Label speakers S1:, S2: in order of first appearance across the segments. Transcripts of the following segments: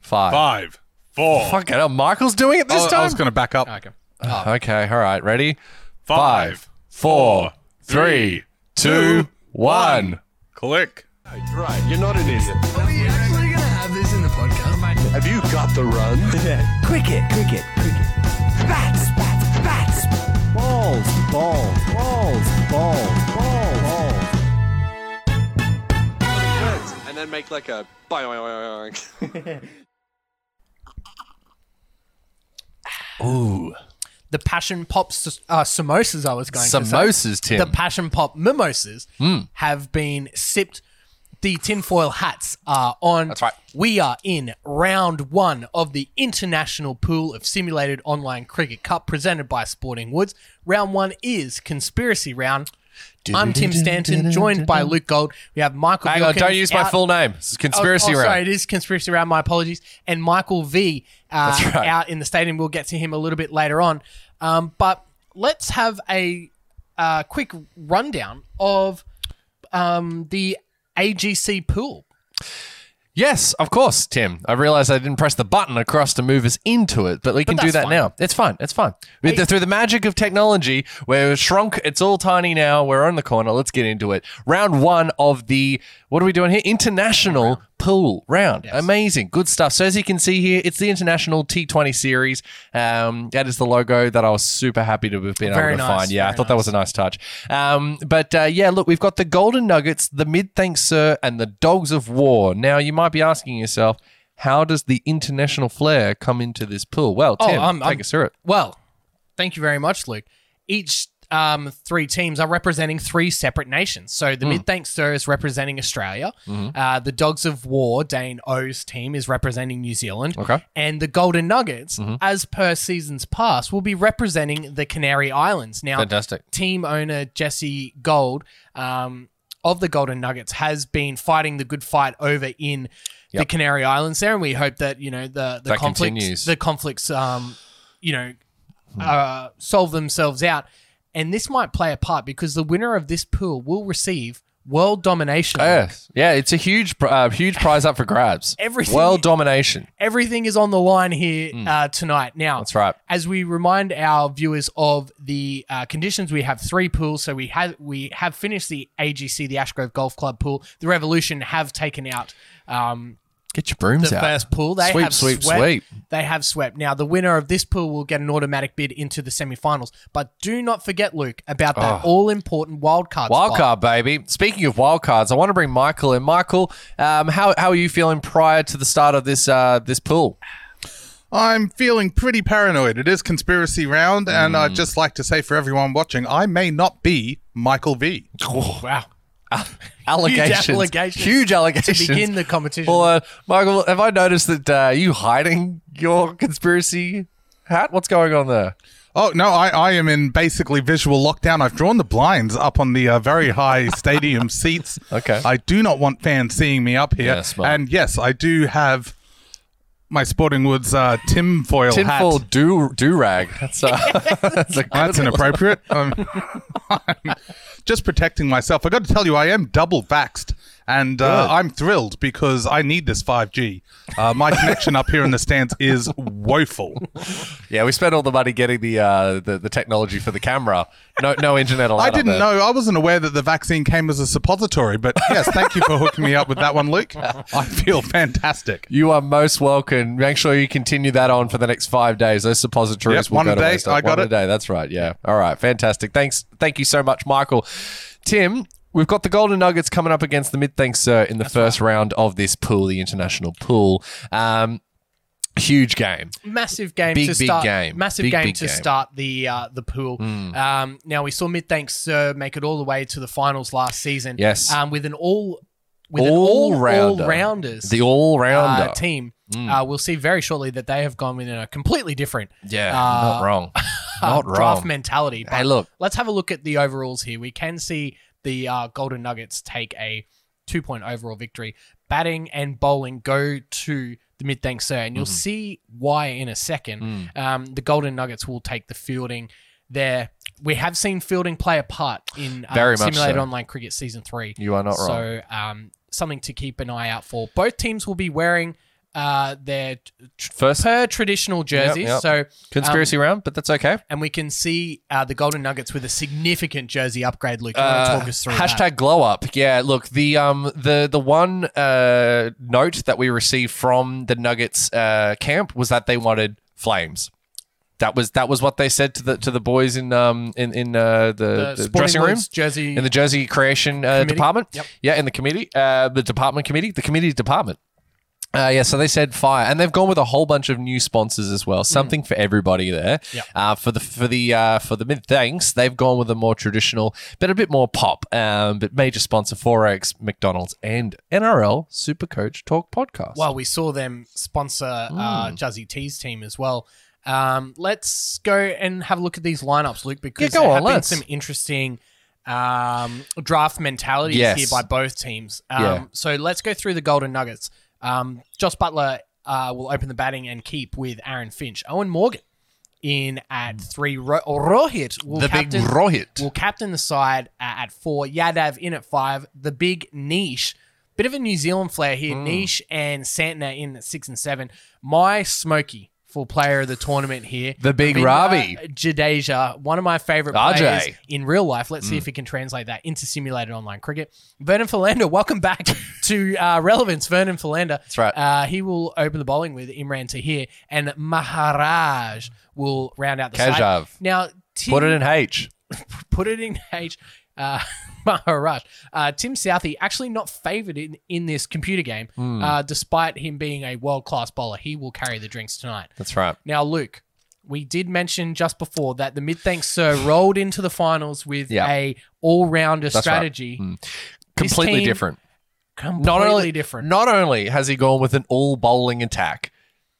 S1: Five.
S2: Five, four.
S1: Fucking hell, Michael's doing it this
S2: I, I
S1: time?
S2: was going to back up.
S3: Okay. Uh-huh.
S1: Okay, all right, ready?
S2: Five,
S1: four,
S2: three,
S1: three, two, one.
S2: Click.
S4: Right, you're not an idiot.
S5: Are you actually going to have this in the podcast?
S4: Have you got the run?
S5: Cricket, cricket, cricket. Bats, bats, bats.
S6: Balls, balls, balls, balls, balls, balls.
S4: and then make like a.
S3: The passion pop s- uh, samosas I was going to say.
S1: Samosas, Hmm. Tim.
S3: The passion pop mimosas have been sipped. The tinfoil hats are on.
S1: That's right.
S3: We are in round one of the International Pool of Simulated Online Cricket Cup presented by Sporting Woods. Round one is Conspiracy Round. I'm Tim Stanton, joined by Luke Gold. We have Michael.
S1: Hang on,
S3: Wilkins
S1: don't use my
S3: out-
S1: full name. This is conspiracy
S3: oh, oh,
S1: round.
S3: Sorry, it is conspiracy round. My apologies. And Michael V uh,
S1: That's right.
S3: out in the stadium. We'll get to him a little bit later on. Um, but let's have a uh, quick rundown of um, the AGC pool.
S1: Yes, of course, Tim. I realized I didn't press the button across to move us into it, but we can do
S3: that's
S1: that
S3: fine.
S1: now. It's fine. It's fine. With the- through the magic of technology, we're shrunk. It's all tiny now. We're on the corner. Let's get into it. Round one of the, what are we doing here? International pool round. Amazing. Good stuff. So, as you can see here, it's the International T20 series. Um, that is the logo that I was super happy to have been
S3: Very
S1: able to
S3: nice,
S1: find. Yeah, I
S3: very
S1: thought that was a nice touch. Um, but uh, yeah, look, we've got the Golden Nuggets, the Mid Thanks Sir, and the Dogs of War. Now, you might be asking yourself, how does the international flair come into this pool? Well, Tim,
S3: Oh, I'm-
S1: take
S3: I'm-
S1: us through it.
S3: Well, thank you very much, Luke. Each um, three teams are representing three separate nations. So
S1: Hmm.
S3: the Mid Thanks Sir is representing Australia.
S1: Mm-hmm.
S3: Uh, the Dogs of War, Dane O's team, is representing New Zealand.
S1: Okay.
S3: And the Golden Nuggets,
S1: Mm-hmm.
S3: as per seasons past, will be representing the Canary Islands. Now,
S1: Fantastic.
S3: team owner Jesse Gold um, of the Golden Nuggets has been fighting the good fight over in the
S1: Yep.
S3: Canary Islands there, and we hope that you know the the
S1: That
S3: conflict
S1: continues. Hmm.
S3: the conflicts um, you know uh, solve themselves out, and this might play a part because the winner of this pool will receive world domination.
S1: Yes. Yeah, it's a huge, pr- uh, huge prize up for grabs.
S3: Everything-
S1: World domination.
S3: Everything is on the line here uh, tonight. Now
S1: Mm. That's right.
S3: as we remind our viewers of the uh, conditions, we have three pools. So we have we have finished the AGC, the Ashgrove Golf Club pool. The Revolution have taken out um,
S1: Get your brooms
S3: the
S1: out.
S3: first pool. They
S1: sweep,
S3: have
S1: sweep,
S3: swept.
S1: sweep.
S3: They have swept. Now the winner of this pool will get an automatic bid into the semifinals. But do not forget, Luke, about that
S1: Oh.
S3: all important wild card.
S1: Wild
S3: spot.
S1: card, baby. Speaking of wild cards, I want to bring Michael in. Michael, um, how, how are you feeling prior to the start of this uh, this pool?
S2: I'm feeling pretty paranoid. It is conspiracy round, and
S1: Mm.
S2: I'd just like to say for everyone watching, I may not be Michael V.
S3: Oh, Wow.
S1: Allegations,
S3: allegations
S1: huge allegations
S3: To begin the competition.
S1: Well, uh, Michael, have I noticed that uh, are you hiding your conspiracy hat? What's going on there?
S2: Oh no, I, I am in basically visual lockdown. I've drawn the blinds up on the uh, very high stadium seats.
S1: Okay.
S2: I do not want fans seeing me up here.
S1: Yeah, smart.
S2: and yes, I do have my Sporting Woods uh, Tim Foil hat.
S1: Tinfoil do do rag. That's, uh, that's a
S2: That's inappropriate. Um, I'm just protecting myself. I got to tell you, I am double vaxxed, and uh, I'm thrilled because I need this 5G. Uh, my connection up here in the stands is woeful.
S1: yeah. We spent all the money getting the uh, the, the technology for the camera. No no internet allowed.
S2: I
S1: up
S2: didn't
S1: there.
S2: know. I wasn't aware that the vaccine came as a suppository, but yes, thank you for hooking me up with that one, Luke. I feel fantastic.
S1: You are most welcome. Make sure you continue that on for the next five days. Those suppositories
S2: Yep,
S1: will
S2: one
S1: go
S2: a
S1: to
S2: day.
S1: waste.
S2: I got
S1: one a
S2: it.
S1: day. That's right. Yeah. All right. Fantastic. Thanks. Thank you so much, Michael. Tim, we've got the Golden Nuggets coming up against the Mid Thanks Sir in the first round of this pool, the international pool. Um, huge game.
S3: massive game
S1: Big,
S3: to
S1: big
S3: start.
S1: game.
S3: Massive
S1: Big,
S3: game
S1: big
S3: to
S1: game. Hmm.
S3: start the uh, the pool. Um, now we saw Mid Thanks Sir make it all the way to the finals last season.
S1: Yes.
S3: um, with an all with an all
S1: All-rounder.
S3: all rounders
S1: The Hmm. all rounder.
S3: uh, team. Uh, we'll see very shortly that they have gone with a completely different
S1: yeah.
S3: uh,
S1: not wrong. Not
S3: uh, draft
S1: wrong.
S3: mentality.
S1: Hey, look.
S3: let's have a look at the overalls here. We can see the uh, Golden Nuggets take a two point overall victory. Batting and bowling go to the mid thanks sir, and you'll
S1: Mm-hmm.
S3: see why in a second.
S1: Mm.
S3: Um, the Golden Nuggets will take the fielding there. We have seen fielding play a part in uh,
S1: Very much
S3: simulated
S1: so.
S3: online cricket season three.
S1: You are not wrong.
S3: So um, something to keep an eye out for. Both teams will be wearing uh, their tr-
S1: First
S3: per traditional jerseys.
S1: yep.
S3: So
S1: conspiracy
S3: um,
S1: round, but that's okay.
S3: and we can see uh, the Golden Nuggets with a significant jersey upgrade. Luke, you wanna
S1: Uh,
S3: talk us through
S1: hashtag
S3: that?
S1: glow up. Yeah, look the um the the one uh, note that we received from the Nuggets uh, camp was that they wanted flames. That was that was what they said to the to the boys in um in in uh, the, the
S3: Sporting
S1: dressing room
S3: Wolves jersey.
S1: in the jersey creation uh,
S3: Committee?
S1: department.
S3: Yep.
S1: Yeah, in the committee, uh, the department committee, the committee department. Uh, yeah, so they said fire, and they've gone with a whole bunch of new sponsors as
S3: Mm.
S1: well. Something for everybody there.
S3: Yep.
S1: Uh, for the for the uh, for the mid thanks, they've gone with a more traditional, but a bit more pop. Um, but major sponsor Forex, McDonald's, and NRL Super Coach Talk Podcast.
S3: well, we saw them sponsor
S1: Mm.
S3: uh, Juzzy T's team as well. Um, let's go and have a look at these lineups, Luke, because
S1: go
S3: there
S1: on,
S3: have
S1: let's.
S3: been some interesting um, draft mentalities
S1: Yes.
S3: here by both teams. Um,
S1: Yeah.
S3: So let's go through the Golden Nuggets. Um, Josh Butler uh, will open the batting and keep with Aaron Finch. Owen Morgan in at three. Ro- Rohit will
S1: the
S3: captain-
S1: big Rohit.
S3: will captain the side a- at four. Yadav in at five. The big niche, bit of a New Zealand flair here.
S1: Hmm.
S3: Niche and Santner in at six and seven. My Smoky for player of the tournament here.
S1: The big
S3: Vinga
S1: Ravi.
S3: Jadeja, one of my favorite
S1: RJ.
S3: players in real life.
S1: Hmm.
S3: Let's see if we can translate that into simulated online cricket. Vernon Philander, welcome back to uh, relevance. Vernon Philander. That's
S1: right.
S3: Uh, he will open the bowling with Imran Tahir and Maharaj will round out the
S1: Kejav.
S3: side. Now, Tim,
S1: Put it in H.
S3: put it in H. Uh, Maharaj. Uh, Tim Southey actually not favoured in, in this computer game,
S1: Hmm.
S3: uh, despite him being a world class bowler. He will carry the drinks tonight.
S1: That's right.
S3: Now, Luke, we did mention just before that the mid thanks sir rolled into the finals with
S1: Yeah.
S3: a all rounder
S1: right.
S3: strategy. This
S1: Completely
S3: team-
S1: different.
S3: Completely
S1: not only
S3: different.
S1: Not only has he gone with an all bowling attack,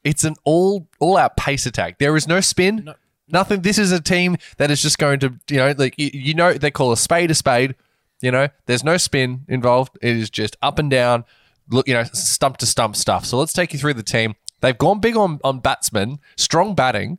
S1: it's an all all out pace attack. There is no spin, nothing. This is a team that is just going to you know like you, you know they call a spade a spade. You know, there's no spin involved. It is just up and down, look you know stump to stump stuff. So let's take you through the team. They've gone big on on batsmen, strong batting.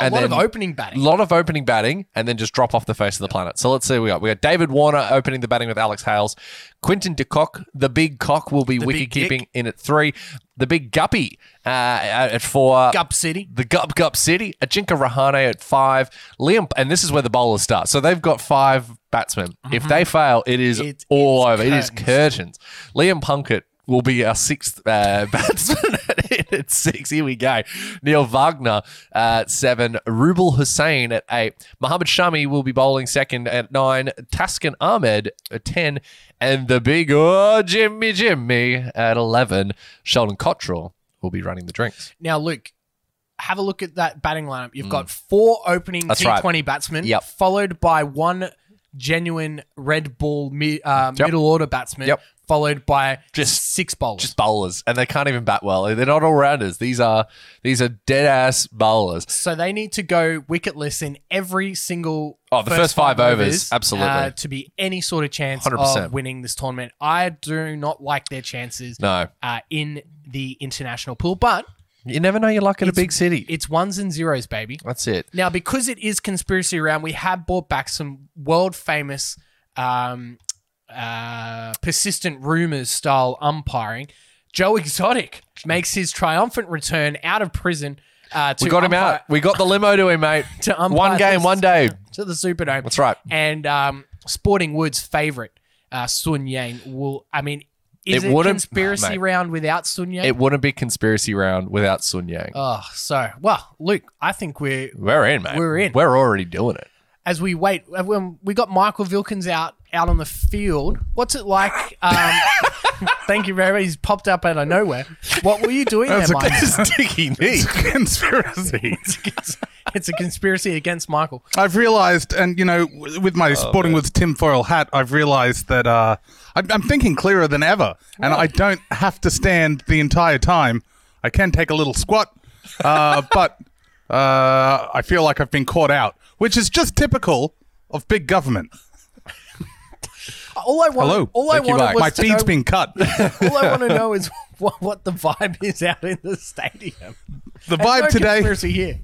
S3: a
S1: and
S3: lot of
S1: then-
S3: opening batting.
S1: lot of opening batting and then just drop off the face of the planet. So let's see what we got. We got David Warner opening the batting with Alex Hales. Quinton de Kock, the big cock, will be wicket
S3: big dick.
S1: keeping in at three. The big guppy uh, at at four.
S3: Gup City.
S1: The Gup Gup City. Ajinka Rahane at five. Liam, and this is where the bowlers start. So they've got five batsmen. If they fail, Mm-hmm. it is
S3: It-
S1: all
S3: it's
S1: over. It is curtains. Liam Plunkett will be our sixth uh, batsman at, at six. Here we go. Neil Wagner at seven. Rubel Hussain at eight. Mohammed Shami will be bowling second at nine. Taskin Ahmed at 10. And the big oh, Jimmy Jimmy at 11. Sheldon Cottrell will be running the drinks.
S3: Now, Luke, have a look at that batting lineup. You've got four opening
S1: Mm. That's
S3: T20 batsmen,
S1: Yep.
S3: followed by one genuine red ball mi- uh, middle order batsman,
S1: Yep.
S3: followed by
S1: Just-
S3: just six bowlers.
S1: just bowlers, and they can't even bat well. They're not all rounders. These are these are dead ass bowlers.
S3: so they need to go wicketless in every single
S1: Oh, the first five overs, absolutely.
S3: uh, to be any sort of chance
S1: 100%.
S3: of winning this tournament. I do not like their chances
S1: No,
S3: uh, in the international pool, but
S1: you never know. You're luck in a big city.
S3: it's ones and zeros, baby.
S1: That's it.
S3: Now, because it is conspiracy round, we have brought back some world famous, um, uh, persistent rumors style umpiring. Joe Exotic makes his triumphant return out of prison. Uh, to
S1: We got him
S3: umpire-
S1: out. We got the limo to him, mate.
S3: To umpire
S1: one game,
S3: this-
S1: one day.
S3: to the Superdome.
S1: That's right.
S3: And um, Sporting Wood's favorite, uh, Sun Yang, will. I mean, is
S1: It
S3: it,
S1: wouldn't-
S3: conspiracy
S1: mate.
S3: round without Sun Yang?
S1: It wouldn't be conspiracy round without Sun Yang.
S3: oh, so well, Luke. I think we're
S1: we're in, mate.
S3: we're in.
S1: We're already doing it.
S3: as we wait. uh, When we got Michael Vilkins out out on the field, what's it like? Um, thank you very much. He's popped up out of nowhere. What were you doing there,
S2: That's
S3: Mike?
S1: Sticky knee.
S2: Conspiracy.
S3: it's a conspiracy against Michael.
S2: I've realized, and you know, w- with
S3: Oh,
S2: my Sporting Woods tinfoil hat, I've realized that uh, I'm, I'm thinking clearer than ever, and I don't have to stand the entire time. I can take a little squat, uh, but uh, I feel like I've been caught out, which is just typical of big government.
S3: All I want.
S2: Hello.
S3: All
S1: Thank
S3: I
S1: you,
S3: wanted
S1: Mike.
S3: was
S2: My
S3: to
S2: feed's
S3: know-
S2: been cut.
S3: All I want to know is what, what the vibe is out in the stadium.
S2: The
S3: And
S2: vibe
S3: no
S2: today.
S3: Conspiracy here.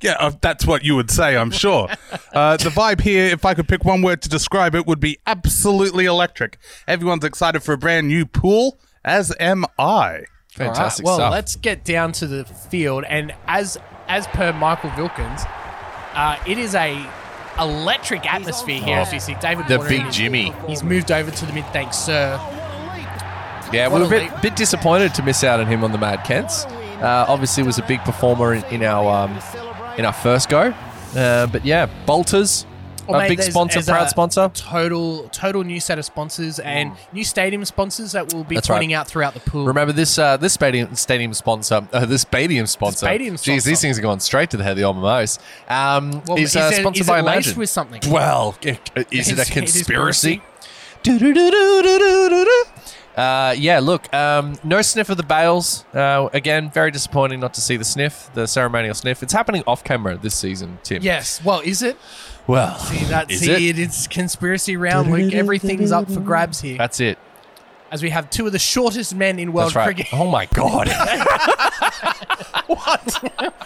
S2: yeah, uh, that's what you would say, I'm sure. Uh, the vibe here, if I could pick one word to describe it, would be absolutely electric. Everyone's excited for a brand new pool, as am I.
S3: All right,
S1: Fantastic
S3: well,
S1: stuff.
S3: let's get down to the field, and as as per Michael Vilkins, uh, it is a electric atmosphere here. As you see, David
S1: The
S3: Warner
S1: big
S3: is-
S1: Jimmy.
S3: He's moved over to the mid thanks, sir.
S1: Yeah, we
S3: What
S1: were a
S3: a
S1: bit,
S3: leap.
S1: bit disappointed to miss out on him on the Mad Kents. Uh, obviously, was a big performer in, in our um, in our first go. Uh, but yeah, Bolters,
S3: Oh,
S1: a
S3: mate,
S1: big
S3: there's-
S1: sponsor,
S3: there's
S1: proud
S3: a
S1: sponsor. Mm.
S3: Total, total new set of sponsors and new stadium sponsors that we'll be
S1: That's right.
S3: pointing out throughout the pool.
S1: Remember this uh, this stadium stadium sponsor uh, this stadium sponsor.
S3: stadium
S1: Jeez,
S3: sponsor.
S1: these things are going straight to the head of the almos. Um,
S3: Well,
S1: is
S3: is
S1: uh,
S3: it-
S1: sponsored
S3: is
S1: by
S3: it laced
S1: Imagine.
S3: with something?
S1: Well, i- i- is it
S3: Is
S1: a
S3: it- it is
S1: conspiracy? Do-do-do-do-do-do-do-do. Uh, yeah, look, um, no sniff of the bales. Uh, again, very disappointing not to see the sniff, the ceremonial sniff. It's happening off camera this season, Tim.
S3: yes. Well, is it?
S1: Well,
S3: See, that's
S1: is
S3: see,
S1: it?
S3: it? It's conspiracy round, Luke. Everything's up for grabs here.
S1: That's it.
S3: As we have two of the shortest men in world
S1: That's right.
S3: cricket.
S1: Oh my god.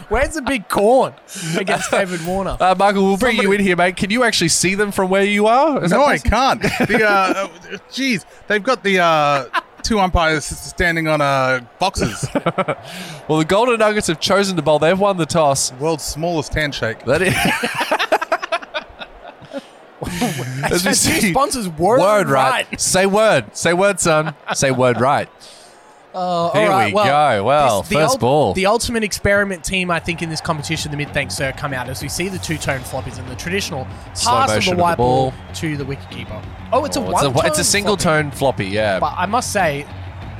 S3: Where's the big corn against David Warner?
S1: Uh, Michael, we'll bring you in here, mate. Can you actually see them from where you are? Is that
S2: no, I
S1: possible?
S2: can't. The, uh, geez, they've got the uh, two umpires standing on uh, boxes.
S1: Well, the Golden Nuggets have chosen to bowl. They've won the toss.
S2: World's smallest handshake.
S1: That is. As we
S3: Two
S1: see-
S3: sponsors word,
S1: word right. Say word. Say word, son. Say word right.
S3: Oh,
S1: Here
S3: all right,
S1: we
S3: well,
S1: go. Well,
S3: this- the
S1: first
S3: ul-
S1: ball.
S3: The ultimate experiment team, I think, in this competition, the mid thanks sir, come out as we see the two tone floppies and the traditional
S1: Slow
S3: pass of
S1: motion
S3: the
S1: of the
S3: white
S1: ball.
S3: ball. to the wicketkeeper. Oh, it's a
S1: Oh,
S3: one.
S1: it's, a, it's a single tone floppy, yeah.
S3: But I must say,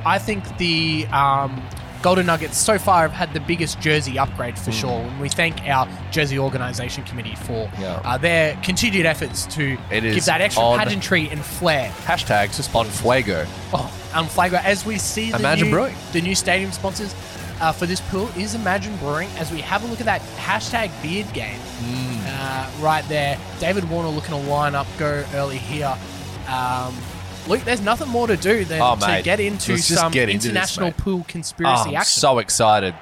S3: I think the um, Golden Nuggets so far have had the biggest jersey upgrade
S1: Hmm.
S3: for sure. And we thank our jersey organisation committee for
S1: Yeah.
S3: uh, their continued efforts to
S1: It is
S3: give that extra
S1: on-
S3: pageantry and flair.
S1: Hashtag on Fuego.
S3: Oh, um, Flagler, as we see the
S1: Imagine
S3: new,
S1: Brewing.
S3: the new stadium sponsors uh, for this pool is Imagine Brewing. As we have a look at that hashtag beard game
S1: Mm.
S3: uh, right there, David Warner looking to line up, go early here. Um, Luke, there's nothing more to do than
S1: Oh,
S3: to
S1: mate.
S3: get into
S1: Let's just
S3: some
S1: get into this,
S3: international
S1: mate.
S3: pool
S1: Oh,
S3: conspiracy
S1: I'm
S3: action.
S1: so excited.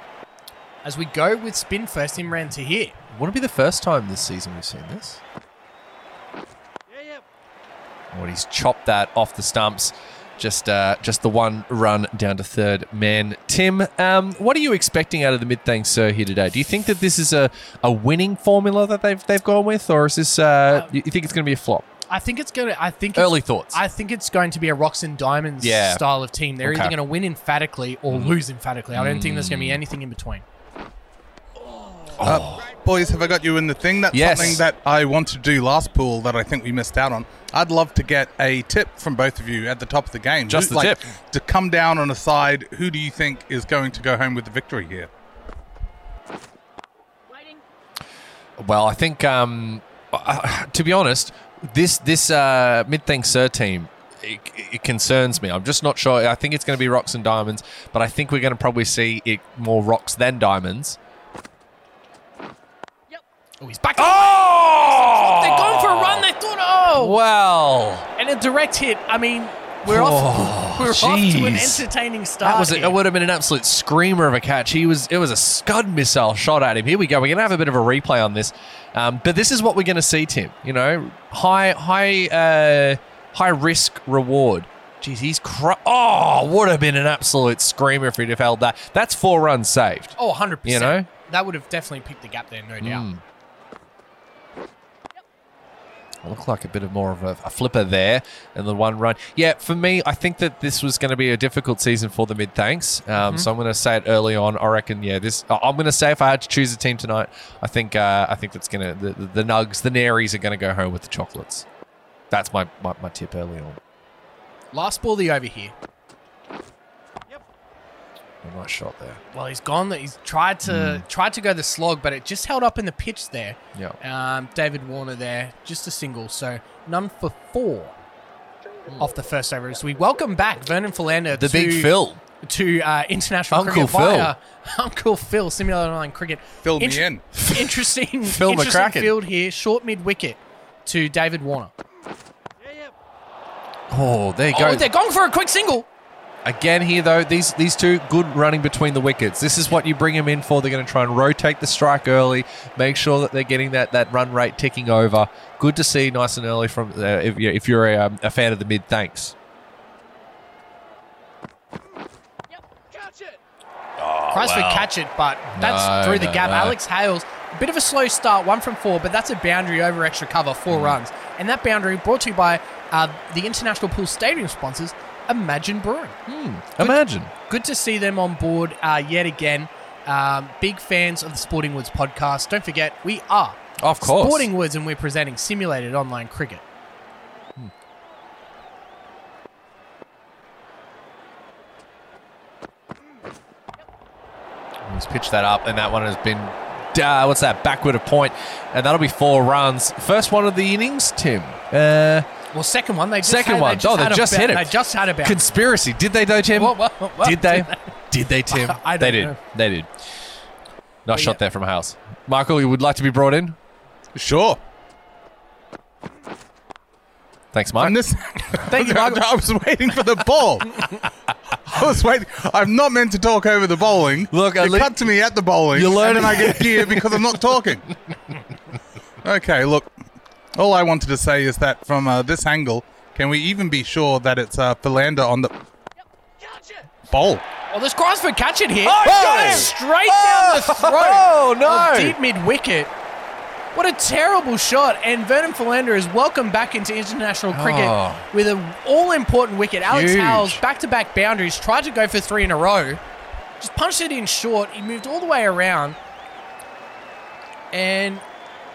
S3: as we go with spin first, Imran to here.
S1: Wouldn't it be the first time this season we've seen this? Yeah, yeah. Oh, and he's chopped that off the stumps. Just, uh, just the one run down to third man. Tim, um, what are you expecting out of the mid thanks sir here today? Do you think that this is a, a winning formula that they've they've gone with, or is this uh, you you think it's going to be a flop?
S3: I think it's going to. I think it's-
S1: Early thoughts.
S3: I think it's going to be a rocks and diamonds
S1: Yeah.
S3: style of team. They're
S1: Okay. Mm.
S3: either going to win emphatically or lose emphatically. I don't think there's going to be anything in between.
S2: Uh, boys, have I got you in the thing? That's
S1: Oh. Yes.
S2: something that I want to do last pool that I think we missed out on. I'd love to get a tip from both of you at the top of the game.
S1: Just
S2: Who-
S1: the
S2: like,
S1: tip.
S2: To come down on a side, who do you think is going to go home with the victory here?
S1: Well, I think, um, uh, to be honest, this this uh, mid thing sir team. It, it concerns me. I'm just not sure. I think it's going to be rocks and diamonds, but I think we're going to probably see it more rocks than diamonds.
S3: Oh, he's back.
S1: Oh!
S3: They're going for a run. They thought, oh,
S1: Well,
S3: and a direct hit. I mean, we're off.
S1: Oh,
S3: We're off to an
S1: jeez.
S3: entertaining start.
S1: that was a,
S3: here.
S1: it. Would have been an absolute screamer of a catch. He was. It was a scud missile shot at him. Here we go. We're going to have a bit of a replay on this, um, but this is what we're going to see, Tim. You know, high, high, uh, high risk reward. Jeez, he's cr- oh, would have been an absolute screamer if he'd have held that. That's four runs saved.
S3: oh, 100
S1: You know?
S3: percent. That would have definitely picked the gap there, no doubt.
S1: Mm. Looked like a bit of more of a, a flipper there, and the one run. Yeah, for me, I think that this was going to be a difficult season for the mid thanks. Um, So I'm going to say it early on. I reckon, yeah, this. I- I'm going to say if I had to choose a team tonight, I think uh, I think that's going to the, the, the Nugs, the Naries are going to go home with the chocolates. That's my, my, my tip early on.
S3: Last ball, the over here.
S1: A nice shot there.
S3: Well, he's gone. He's tried to
S1: Hmm.
S3: tried to go the slog, but it just held up in the pitch there.
S1: Yeah.
S3: Um, David Warner there, just a single. So none for four off the first over. As we welcome back Vernon Philander,
S1: Hmm. The
S3: to,
S1: Big Phil.
S3: to uh, international
S1: Uncle
S3: cricket
S1: Phil.
S3: via Uncle Phil Simulated Online Cricket.
S2: Fill me in.
S3: Interesting,
S1: Phil
S3: interesting
S1: McCracken.
S3: field here. Short mid wicket to David Warner.
S1: Oh, there you go.
S3: Oh, they're going for a quick single.
S1: Again here though, these these two good running between the wickets. This is what you bring them in for. They're going to try and rotate the strike early, make sure that they're getting that that run rate ticking over. Good to see nice and early from uh, if, you- if you're a, um, a fan of the mid. Thanks.
S2: Oh,
S3: Christ
S1: wow.
S3: would catch it, but that's
S1: No,
S3: through the
S1: no,
S3: gap.
S1: no.
S3: Alex Hales, a bit of a slow start, one from four, but that's a boundary over extra cover, four
S1: Mm.
S3: runs. And that boundary brought to you by uh, the International Pool Stadium sponsors, Imagine Brewing.
S1: Imagine.
S3: Good to see them on board uh, yet again. Um, big fans of the Sporting Woods podcast. Don't forget, we are
S1: Of course.
S3: Sporting Woods, and we're presenting simulated online cricket.
S1: He's pitched that up, and that one has been, uh, what's that, backward a point, and that'll be four runs. First one of the innings, Tim. Uh,
S3: Well, second one they just
S1: second
S3: had,
S1: one.
S3: They just
S1: oh, they
S3: had a
S1: just
S3: ba-
S1: hit it.
S3: They just had a bounce.
S1: Conspiracy. Did they, though, Tim?
S3: What- what- what- what?
S1: Did they? Did they, Tim?
S3: I
S1: they
S3: don't
S1: did.
S3: know.
S1: They did. Nice
S3: But
S1: shot
S3: yeah.
S1: there from House. Michael, you would like to be brought in?
S2: Sure.
S1: Thanks,
S2: And
S1: Mike.
S2: this,
S3: Thank you, Michael.
S2: I was waiting for the ball. I was waiting. I'm not meant to talk over the bowling.
S1: Look, I
S2: it
S1: le-
S2: cut to me at the bowling.
S1: You're learning-
S2: and then I get here because I'm not talking. okay, look. All I wanted to say is that from uh, this angle, can we even be sure that it's uh, Philander on the bowl?
S3: Well, Oh, there's Crosford catch it here.
S1: he's got it!
S3: Straight down the throat.
S1: Oh,
S3: of
S1: no.
S3: Deep mid wicket. What a terrible shot. And Vernon Philander is welcome back into international cricket
S1: Oh.
S3: with an all important wicket. Alex
S1: Huge.
S3: Howells, back to back boundaries, tried to go for three in a row. Just punched it in short. He moved all the way around. And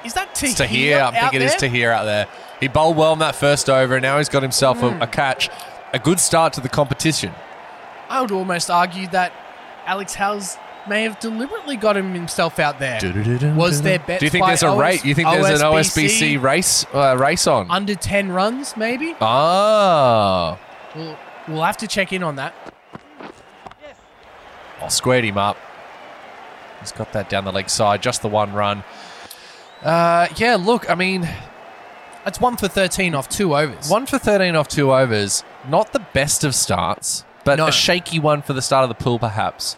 S3: is that Tahir?
S1: It's to here. I'm
S3: out
S1: thinking it is
S3: there?
S1: to here out there. He bowled well in that first over, and now he's got himself
S3: Hmm.
S1: a, a catch. A good start to the competition.
S3: I would almost argue that Alex Howells may have deliberately got him himself out there. Was there bets
S1: Do you think
S3: by
S1: there's a
S3: OS-
S1: rate? You think there's an OSBC race uh, race on?
S3: under 10 runs, maybe?
S1: Ah,
S3: We'll, we'll have to check in on that.
S1: I squared him up. He's got that down the leg side, just the one run. Uh, yeah, look, I mean,
S3: That's one for 13 off two overs.
S1: one for 13 off two overs, not the best of starts, but
S3: No.
S1: a shaky one for the start of the pool, perhaps.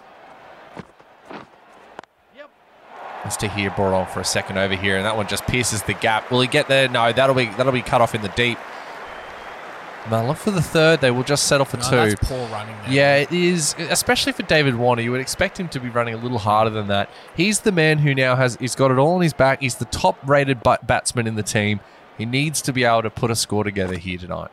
S1: As Tahir brought on for a second over here, and that one just pierces the gap. Will he get there? No, that'll be that'll be cut off in the deep. Mullen for the third. They will just settle for
S3: No,
S1: two.
S3: That's poor running there.
S1: Yeah, it is, especially for David Warner. You would expect him to be running a little harder than that. He's the man who now has he's got it all on his back. He's the top-rated bat- batsman in the team. He needs to be able to put a score together here tonight.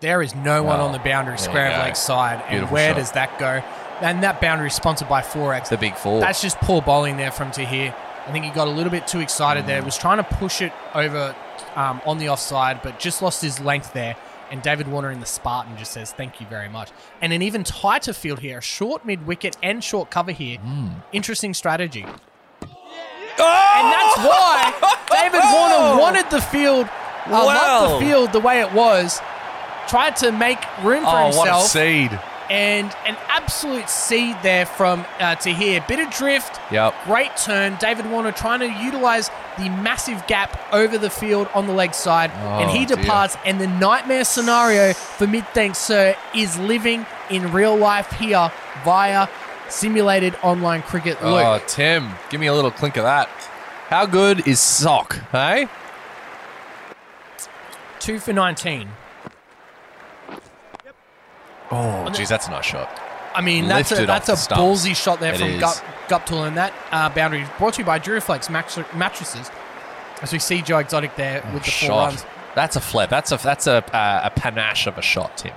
S3: There is no one
S1: Wow.
S3: on the boundary
S1: Oh, There you
S3: scramble
S1: go.
S3: leg side. And
S1: Beautiful
S3: where
S1: shot.
S3: does that go? And that boundary is sponsored by Forex.
S1: The big four.
S3: That's just poor bowling there from Tahir. I think he got a little bit too excited there. Was trying to push it over um, on the offside, but just lost his length there. And David Warner in the Spartan just says, "Thank you very much." And an even tighter field here, a short mid wicket and short cover here. Interesting strategy.
S1: Oh!
S3: And that's why David Warner wanted the field. I
S1: Wow.
S3: loved the field the way it was. Tried to make room for
S1: oh,
S3: himself
S1: what a seed!
S3: and an absolute seed there from uh, Tahir. Bit of drift,
S1: Yep.
S3: great turn. David Warner trying to utilize the massive gap over the field on the leg side, and he
S1: Oh, dear.
S3: departs. And the nightmare scenario for Mid Thanks Sir is living in real life here via simulated online cricket. Look,
S1: Oh, Tim, give me a little clink of that. How good is sock? Hey,
S3: two for 19.
S1: oh, geez, that's a nice shot.
S3: I mean, that's a
S1: Lifted off
S3: that's a
S1: the stumps.
S3: ballsy shot there
S1: It
S3: from
S1: is.
S3: Gup, Guptill, and that uh, boundary is brought to you by Duraflex match- mattresses. As we see Joe Exotic there with the four
S1: Oh, shot.
S3: runs
S1: That's a flip. That's a that's a uh, a panache of a shot, Tim.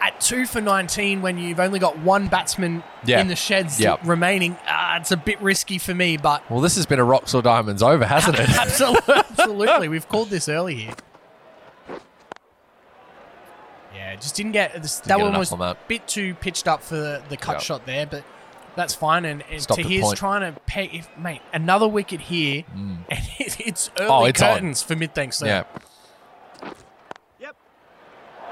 S3: at two for nineteen, when you've only got one batsman
S1: Yeah.
S3: in the sheds
S1: Yeah.
S3: remaining, uh, it's a bit risky for me. But
S1: Well, this has been a rocks or diamonds over, hasn't it?
S3: absolutely, absolutely, we've called this early here. Yeah, just didn't get this, that
S1: get
S3: one
S1: enough
S3: was
S1: on
S3: a
S1: that.
S3: bit too pitched up for the, the cut
S1: Yeah.
S3: shot there, but that's fine. And, and
S1: Stopped at
S3: Tahir's
S1: point. Mm.
S3: trying to pay, if, mate, another wicket here, and it, it's early
S1: Oh, it's on.
S3: curtains for mid thanks.
S1: yeah.
S4: Yep.
S1: Oh,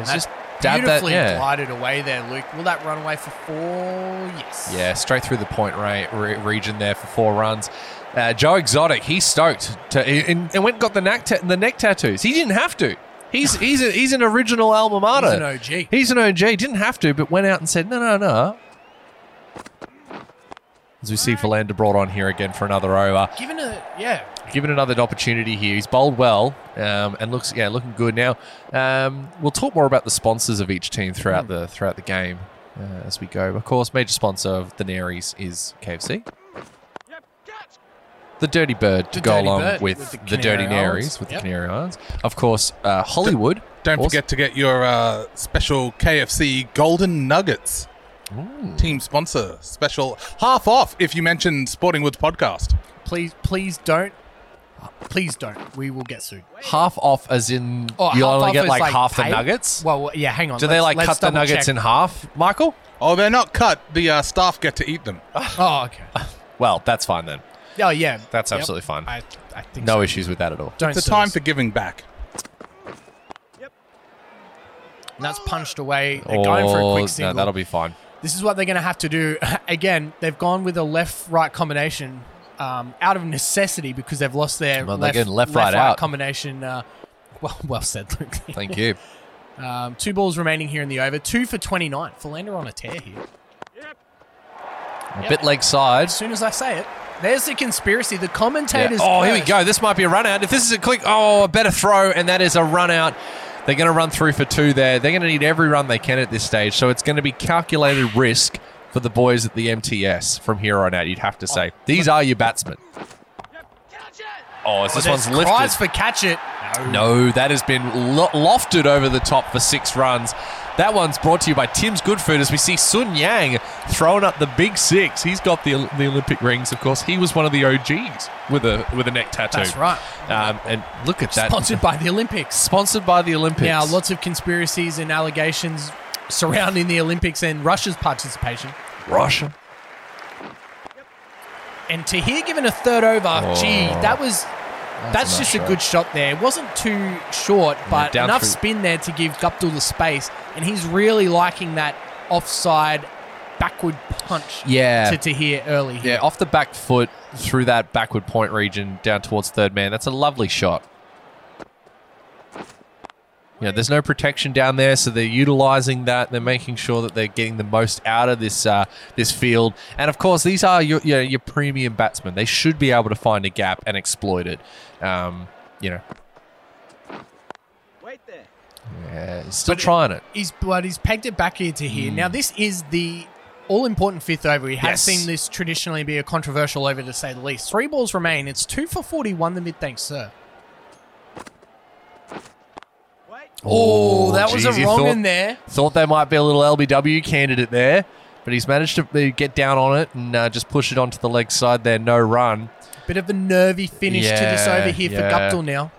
S1: he's
S3: That's
S1: just dabbed that.
S3: beautifully
S1: Yeah.
S3: glided away there, Luke. Will that run away for four? Yes.
S1: Yeah, straight through the point ra re- region there for four runs. Uh, Joe Exotic, he's stoked to, and, and went and got the neck, ta- the neck tattoos. He didn't have to. He's he's a, he's an original alma mater.
S3: He's an OG.
S1: He's an OG. Didn't have to, but went out and said, no, no, no. As we see Philander brought on here again for another over.
S3: Given a yeah,
S1: Given another opportunity here, he's bowled well um, and looks
S3: Hmm.
S1: yeah looking good now. Um, we'll talk more about the sponsors of each team throughout the throughout the game. uh, as we go. Of course, major sponsor of the Daenerys is KFC.
S4: Yep, catch.
S1: The Dirty Bird to
S3: The
S1: go
S3: Dirty
S1: along
S3: Bird
S1: with,
S3: with the
S1: the, Dirty
S3: Canary Islands.
S1: Naries, with
S3: Yep.
S1: the Canary Islands. Of course, uh, Hollywood.
S2: Don't
S1: Also-
S2: forget to get your uh, special KFC Golden Nuggets team sponsor special half off if you mention Sporting Woods podcast.
S3: Please, please don't. Please don't. We will get sued.
S1: half off, as in
S3: Oh,
S1: you
S3: half
S1: only
S3: off
S1: get
S3: is
S1: like, half the
S3: paid?
S1: nuggets.
S3: Well, well, yeah. Hang on.
S1: Do they
S3: let's-
S1: like
S3: let's
S1: cut the
S3: double
S1: nuggets
S3: check.
S1: in half, Michael?
S2: Oh, they're not cut. The uh, staff get to eat them.
S3: Oh, okay.
S1: Well, that's fine then.
S3: Oh, yeah.
S1: That's
S3: Yep.
S1: absolutely fine.
S3: I, I think
S1: no
S3: so.
S1: issues with that at all.
S3: Don't
S2: It's a
S3: sue
S2: time
S3: us.
S2: for giving back.
S3: And that's punched away. They're
S1: Oh,
S3: going for a quick
S1: no,
S3: single.
S1: that'll be fine.
S3: this is what they're going to have to do. Again, they've gone with a left-right combination um, out of necessity because they've lost their
S1: Well, they're
S3: left,
S1: getting left, right out.
S3: combination. Uh, well, well said, Luke.
S1: Thank you.
S3: Um, two balls remaining here in the over. Two for 29. Philander on a tear here.
S1: A bit leg side.
S3: As soon as I say it, there's the conspiracy. The
S1: Yeah.
S3: commentators.
S1: Oh, here we
S3: curse.
S1: go. This might be a run out. If this is a click, oh, a better throw, and that is a run out. They're going to run through for two there. They're going to need every run they can at this stage. So it's going to be calculated risk for the boys at the MTS from here on out, you'd have to say. These are your batsmen. Oh, as this
S3: There's
S1: one's lifted.
S3: cries for catch it.
S1: No, that has been lo- lofted over the top for six runs. That one's brought to you by Tim's Good Food as we see Sun Yang throwing up the big six. He's got the, the Olympic rings, of course. He was one of the OGs with a with a neck tattoo.
S3: That's right.
S1: Um, and look at that.
S3: Sponsored by the Olympics.
S1: Sponsored by the Olympics.
S3: Now, lots of conspiracies and allegations surrounding the Olympics and Russia's participation.
S1: Russia.
S3: And Tahir given a third over. Gee,
S1: Oh,
S3: that was. That's,
S1: a nice
S3: just
S1: shot.
S3: a good shot there. It wasn't too short, but
S1: down
S3: enough
S1: through-
S3: spin there to give Guptill the space. And he's really liking that offside backward punch
S1: Yeah.
S3: to Tahir early. here.
S1: Yeah, off the back foot through that backward point region down towards third man. That's a lovely shot. Yeah, there's no protection down there, so they're utilizing that. They're making sure that they're getting the most out of this uh, this field. And of course, these are your your, your premium batsmen. They should be able to find a gap and exploit it. Um, you know,
S4: Wait there.
S1: yeah, still
S3: But it-
S1: trying it.
S3: He's but he's pegged it back here to here. Now this is the all important fifth over. We have
S1: Hmm. Yes.
S3: seen this traditionally be a controversial over to say the least. Three balls remain. It's two for forty one the mid thanks, sir.
S4: Wait.
S3: Oh, that was
S1: geez,
S3: a
S1: you
S3: wrong
S1: thought-
S3: in there.
S1: Thought there might be a little LBW candidate there, but he's managed to uh, get down on it and uh, just push it onto the leg side there. No run.
S3: Bit of a nervy finish to this
S1: Yeah,
S3: over here
S1: yeah.
S3: for Guptill now.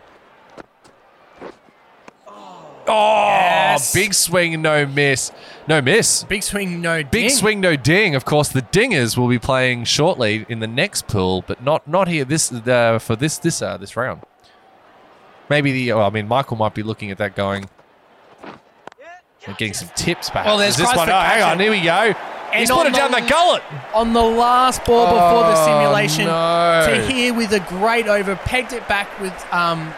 S1: Oh,
S3: Yes.
S1: big swing, no miss. No miss.
S3: Big swing, no
S1: Big
S3: ding.
S1: swing, no ding. Of course, the dingers will be playing shortly in the next pool, but not not here this uh, for this this uh, this round. Maybe the oh, I mean Michael might be looking at that going and getting some tips back.
S3: Oh, there's
S1: this
S3: Christ
S1: one.
S3: for
S1: Oh, hang
S3: catching.
S1: on, here we go. He's
S3: And
S1: put
S3: on
S1: it down
S3: the-
S1: the gullet.
S3: on the last ball before the simulation
S1: Oh, no.
S3: to here with a great over, pegged it back with um,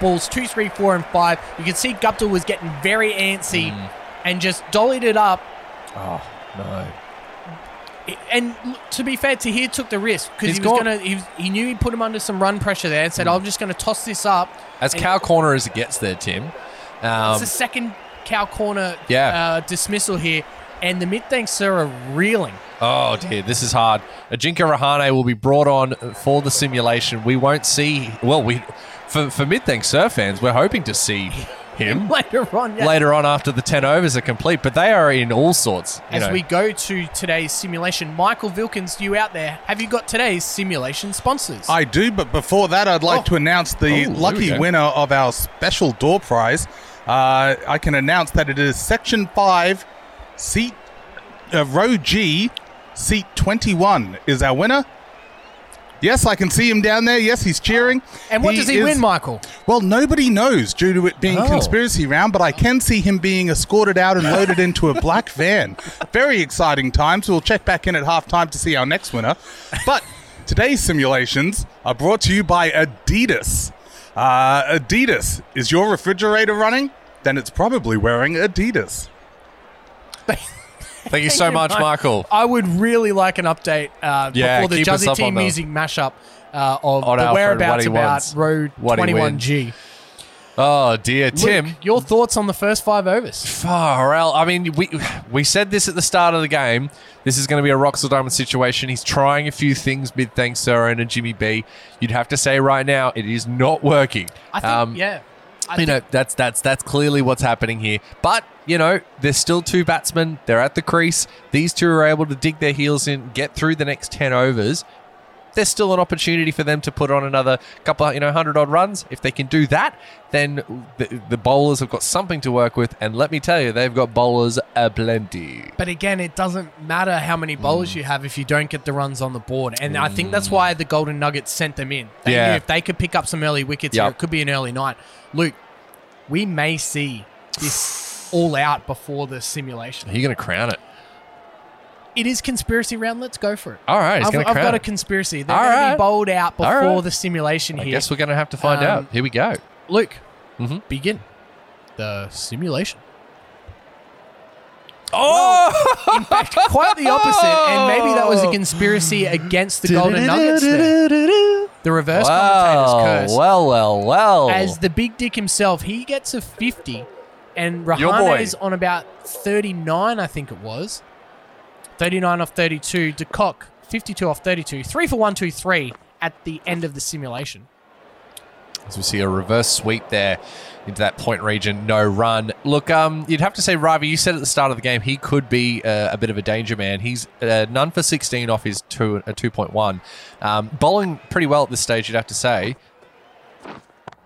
S3: balls two, three, four, and five. You can see Gupta was getting very antsy
S1: Mm.
S3: and just dollied it up.
S1: Oh no.
S3: I- And look, to be fair, Tahir took the risk
S1: He's
S3: because he was
S1: got- Mm.
S3: gonna. He, was, he knew he put him under some run pressure there, and said, "I'm just gonna toss this up."
S1: As
S3: And
S1: cow corner as it gets there, Tim. Um,
S3: it's the second cow corner
S1: Yeah.
S3: uh, dismissal here, and the mid thanks are reeling.
S1: Oh dear, this is hard. Ajinka Rahane will be brought on for the simulation. We won't see. Well, we for for mid thanks Sir fans, we're hoping to see him
S3: later on. yeah.
S1: later on after the ten overs are complete. But they are in all sorts. you
S3: As
S1: know.
S3: we go to today's simulation, Michael Vilkins, you out there, have you got today's simulation sponsors?
S2: I do, but before that, I'd like
S3: Oh.
S2: to announce
S1: there
S2: the
S1: we
S2: lucky
S1: go.
S2: winner of our special door prize. Uh, I can announce that it is Section 5, seat uh, row G, seat 21 is our winner. Yes, I can see him down there. Yes, he's cheering.
S3: and what does he
S2: is-
S3: win, Michael?
S2: Well, nobody knows due to it being
S1: Oh.
S2: conspiracy round, but I can see him being escorted out and loaded into a black van. Very exciting times. We'll check back in at halftime to see our next winner. But today's simulations are brought to you by Adidas. Uh, Adidas, is your refrigerator running? Then it's probably wearing Adidas.
S1: Thank you so much, Michael.
S3: I would really like an update uh,
S1: Yeah,
S3: before the
S1: keep us
S3: Juzzy
S1: up on
S3: Team
S1: the-
S3: music mashup uh, of
S1: On Alfred,
S3: the
S1: what
S3: whereabouts
S1: he
S3: about
S1: wants,
S3: Road
S1: what he
S3: 21G.
S1: Oh dear, Tim.
S3: Luke, your thoughts on the first five overs?
S1: Far out. I mean, we we said this at the start of the game. This is going to be a Roxel Diamond situation. He's trying a few things mid thanks Sir and Jimmy B. You'd have to say right now it is not working.
S3: I think,
S1: Um,
S3: yeah. I
S1: you
S3: think-
S1: know that's that's that's clearly what's happening here. But you know there's still two batsmen. They're at the crease. These two are able to dig their heels in, get through the next ten overs. There's still an opportunity for them to put on another couple, you know, hundred odd runs. If they can do that, then the, the bowlers have got something to work with. And let me tell you, they've got bowlers aplenty.
S3: But again, it doesn't matter how many
S1: Mm.
S3: bowlers you have if you don't get the runs on the board. And I think that's why the Golden Nuggets sent them in. They
S1: Yeah.
S3: knew if they could pick up some early wickets,
S1: Yep.
S3: here, it could be an early night. Luke, we may see this all out before the simulation.
S1: Are you going to crown it?
S3: It is conspiracy round. Let's go for it.
S1: All right, he's
S3: I've,
S1: gonna
S3: I've
S1: crown
S3: got a
S1: it.
S3: conspiracy. They're
S1: All
S3: going to
S1: right.
S3: be bowled out
S1: All
S3: before
S1: right.
S3: the simulation
S1: I
S3: here.
S1: guess we're going to have to find
S3: Um,
S1: out. Here we go.
S3: Luke,
S1: Mhm.
S3: begin the simulation.
S1: Oh,
S3: In fact, quite the opposite. And maybe that was a conspiracy against the Golden Nuggets there. The reverse
S1: Well,
S3: commentator's curse.
S1: well, well, well.
S3: As the big dick himself, he gets a 50, and
S1: Your boy.
S3: Rahane's on about 39, I think it was. 39 off 32. De Kock, 52 off 32. 3 for 1, 2, 3 at the end of the simulation.
S1: So we see a reverse sweep there into that point region, no run. Look, um, you'd have to say, Ravi, you said at the start of the game he could be uh, a bit of a danger man. He's uh, none for 16 off his two, uh, 2.1. Um, bowling pretty well at this stage, you'd have to say.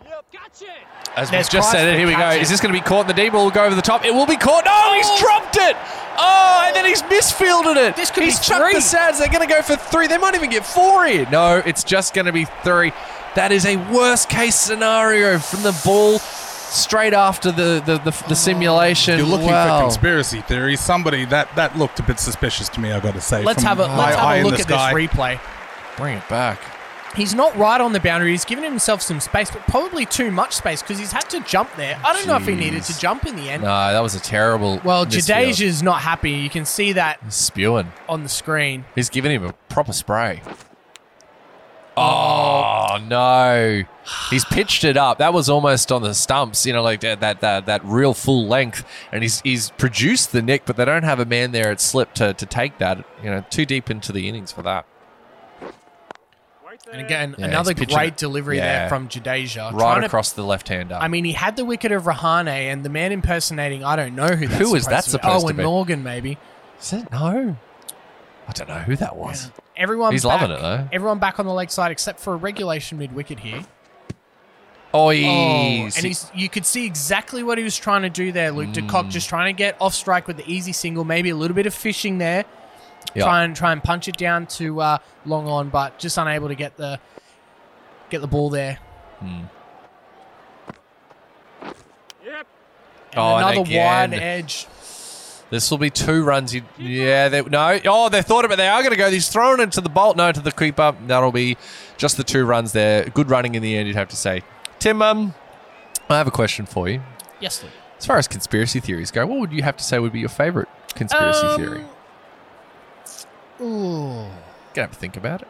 S4: Yep, catch it.
S1: As
S3: There's
S1: we've just
S3: Christ
S1: said it,
S3: for
S1: here we go.
S3: catching.
S1: Is this going to be caught? The D ball will go over the top. It will be caught. Oh, he's dropped it. Oh, and then he's misfielded it.
S3: This could
S1: he's
S3: be
S1: chucked
S3: three.
S1: the sads. They're going to go for three. They might even get four here. No, it's just going to be three. That is a worst case scenario from the ball straight after the the, the, the simulation.
S2: You're looking
S1: Wow.
S2: for conspiracy theories. Somebody that that looked a bit suspicious to me. I got to say.
S3: Let's
S2: from
S3: have a,
S2: my
S3: let's
S2: eye
S3: have
S2: in
S3: a look
S2: the
S3: at this
S2: sky.
S3: replay.
S1: Bring it back.
S3: He's not right on the boundary. He's given himself some space, but probably too much space because he's had to jump there. I don't know if he needed
S1: Jeez.
S3: to jump in the end.
S1: No, that was a terrible.
S3: Well,
S1: misfield.
S3: Jadeja's not happy. You can see that
S1: spewing.
S3: on the screen.
S1: He's giving him a proper spray. Oh no! He's pitched it up. That was almost on the stumps, you know, like that that that, that real full length. And he's he's produced the nick, but they don't have a man there at slip to, to take that. You know, too deep into the innings for that.
S4: Wait there.
S3: And again,
S1: Yeah,
S3: another
S1: he's pitching
S3: great
S1: it.
S3: delivery
S1: Yeah.
S3: there from Jadeja.
S1: Right
S3: Trying to-
S1: across the left hander.
S3: I mean, he had the wicket of Rahane, and the man impersonating, I don't know who that's
S1: Who was
S3: supposed
S1: that
S3: to
S1: supposed to
S3: Owen
S1: be?
S3: Morgan, maybe.
S1: is it no? I don't know who that was.
S3: Everyone
S1: He's
S3: back,
S1: loving it, though.
S3: Everyone back on the leg side except for a regulation mid wicket here.
S1: Oh,
S3: and he's, you could see exactly what he was trying to do there, Luke. De
S1: Mm.
S3: Kock just trying to get off strike with the easy single, maybe a little bit of fishing there.
S1: Yeah.
S3: Try and try and punch it down to uh, long on, but just unable to get the get the ball there.
S1: Hmm.
S3: And
S4: Yep.
S1: Oh, and
S3: another
S1: again.
S3: wide edge.
S1: This will be two runs. You, yeah, they, no. Oh, they thought about. They are going to go. He's thrown into the bolt. No, to the keeper. That'll be just the two runs there. Good running in the end, you'd have to say. Tim, um, I have a question for you.
S3: Yes, Luke.
S1: As far as conspiracy theories go, what would you have to say would be your favorite conspiracy
S3: Um,
S1: theory?
S3: Ooh.
S1: Gonna have to think about it.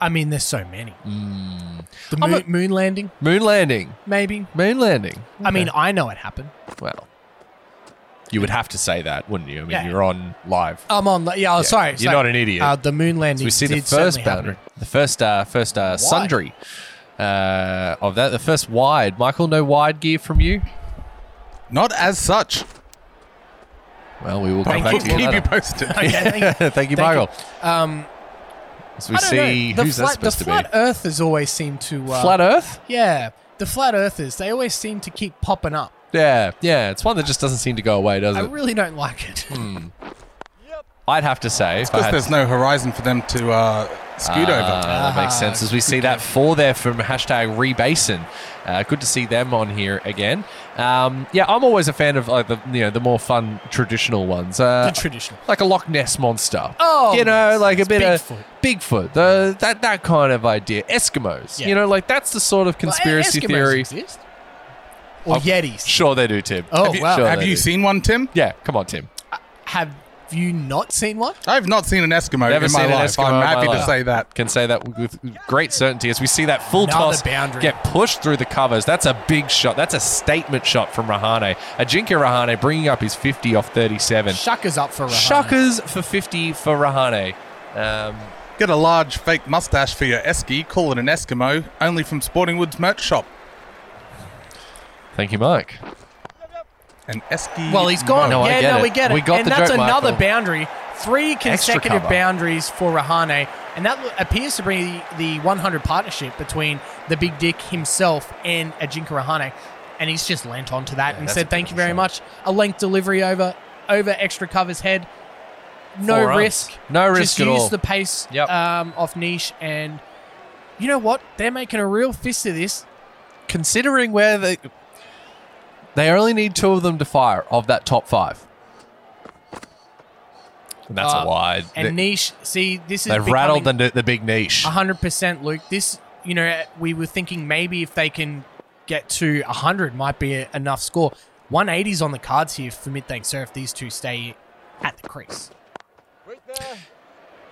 S3: I mean, there's so many. The
S1: I'm
S3: moon, moon landing,
S1: Moon landing.
S3: maybe.
S1: Moon landing.
S3: I mean, I know it happened.
S1: well, you would have to say that, wouldn't you? I mean,
S3: Yeah.
S1: you're on live.
S3: I'm on. Yeah, oh, sorry.
S1: you're
S3: sorry.
S1: not an idiot.
S3: Uh, the moon landing.
S1: So we see the
S3: did
S1: first
S3: certainly
S1: boundary,
S3: happen.
S1: the first uh, first uh, sundry uh, of that, the first wide. Michael, no wide gear from you.
S2: Not as such.
S1: Well, we will
S2: But
S1: come
S3: Thank
S1: back
S2: I'll
S3: you.
S1: to you
S2: keep you
S1: later.
S2: posted.
S3: Okay, thank you.
S1: Thank you,
S3: Thank you.
S1: Michael.
S3: Um,
S1: As we
S3: I don't
S1: see
S3: know. The
S1: who's that
S3: flat,
S1: supposed
S3: the
S1: to
S3: flat
S1: be.
S3: earthers always seem to. Uh,
S1: Flat Earth?
S3: Yeah, the flat earthers. They always seem to keep popping up.
S1: Yeah, yeah. It's one that just doesn't seem to go away, does
S3: I
S1: it?
S3: really don't like it.
S1: I'd have to say. if I
S2: Because
S1: had-
S2: there's no horizon for them to uh, scoot over.
S1: Ah, that makes
S3: Ah,
S1: sense. As we see that four there from hashtag Rebasin. Uh, good to see them on here again. Um, yeah, I'm always a fan of like the you know the more fun traditional ones. Uh,
S3: the traditional.
S1: like a Loch Ness monster.
S3: Oh,
S1: you know,
S3: yes,
S1: like a
S3: yes,
S1: bit
S3: Bigfoot.
S1: of Bigfoot, the, that that kind of idea. Eskimos,
S3: Yeah.
S1: you know, like that's the sort of conspiracy
S3: Eskimos
S1: theory.
S3: exist? Or
S1: I've-
S3: Yetis.
S1: Sure, they do, Tim.
S3: Oh,
S1: Have you-
S3: wow.
S1: sure
S2: Have
S1: they
S2: you
S1: do.
S2: seen one, Tim?
S1: Yeah, come on, Tim.
S3: Have Have you not seen one?
S2: I've not seen an Eskimo
S1: Never
S2: in my
S1: seen an
S2: life.
S1: Eskimo in
S2: I'm
S1: my
S2: happy to
S1: life.
S2: say that.
S1: Can say that with great certainty as we see that full
S3: Another
S1: toss
S3: boundary.
S1: get pushed through the covers. That's a big shot. That's a statement shot from Rahane. Ajinka Rahane bringing up his 50 off 37.
S3: Shuckers up for Rahane.
S1: Shockers for 50 for Rahane. Um,
S2: Get a large fake mustache for your Esky, call it an Eskimo, only from Sporting Woods merch shop.
S1: thank you, Mike.
S2: An Esky.
S3: Well, he's gone.
S1: No, I
S3: yeah,
S1: get
S3: no,
S1: it.
S3: we get it.
S1: We got
S3: and
S1: the
S3: that's
S1: joke,
S3: another
S1: Michael.
S3: boundary. Three consecutive
S1: cover.
S3: boundaries for Rahane. And that lo- appears to be the, the 100 partnership between the big dick himself and Ajinka Rahane. And he's just lent onto that and
S1: that's a
S3: said, thank you very
S1: beautiful
S3: much. A length delivery over over extra cover's head. No
S1: Forearm.
S3: risk.
S1: No risk
S3: Just
S1: at
S3: use
S1: all.
S3: the pace
S1: Yep.
S3: um, off niche. And you know what? They're making a real fist of this.
S1: Considering where they. They only need two of them to fire of that top five. And that's
S3: Uh,
S1: a wide.
S3: And
S1: they,
S3: niche, see, this is
S1: have rattled
S3: becoming- Uh-huh.
S1: the, the big niche.
S3: hundred percent, Luke. This, you know, we were thinking maybe if they can get to hundred, might be a, enough score. One eighties on the cards here for Midbank Sir if these two stay at the crease.
S4: Right there.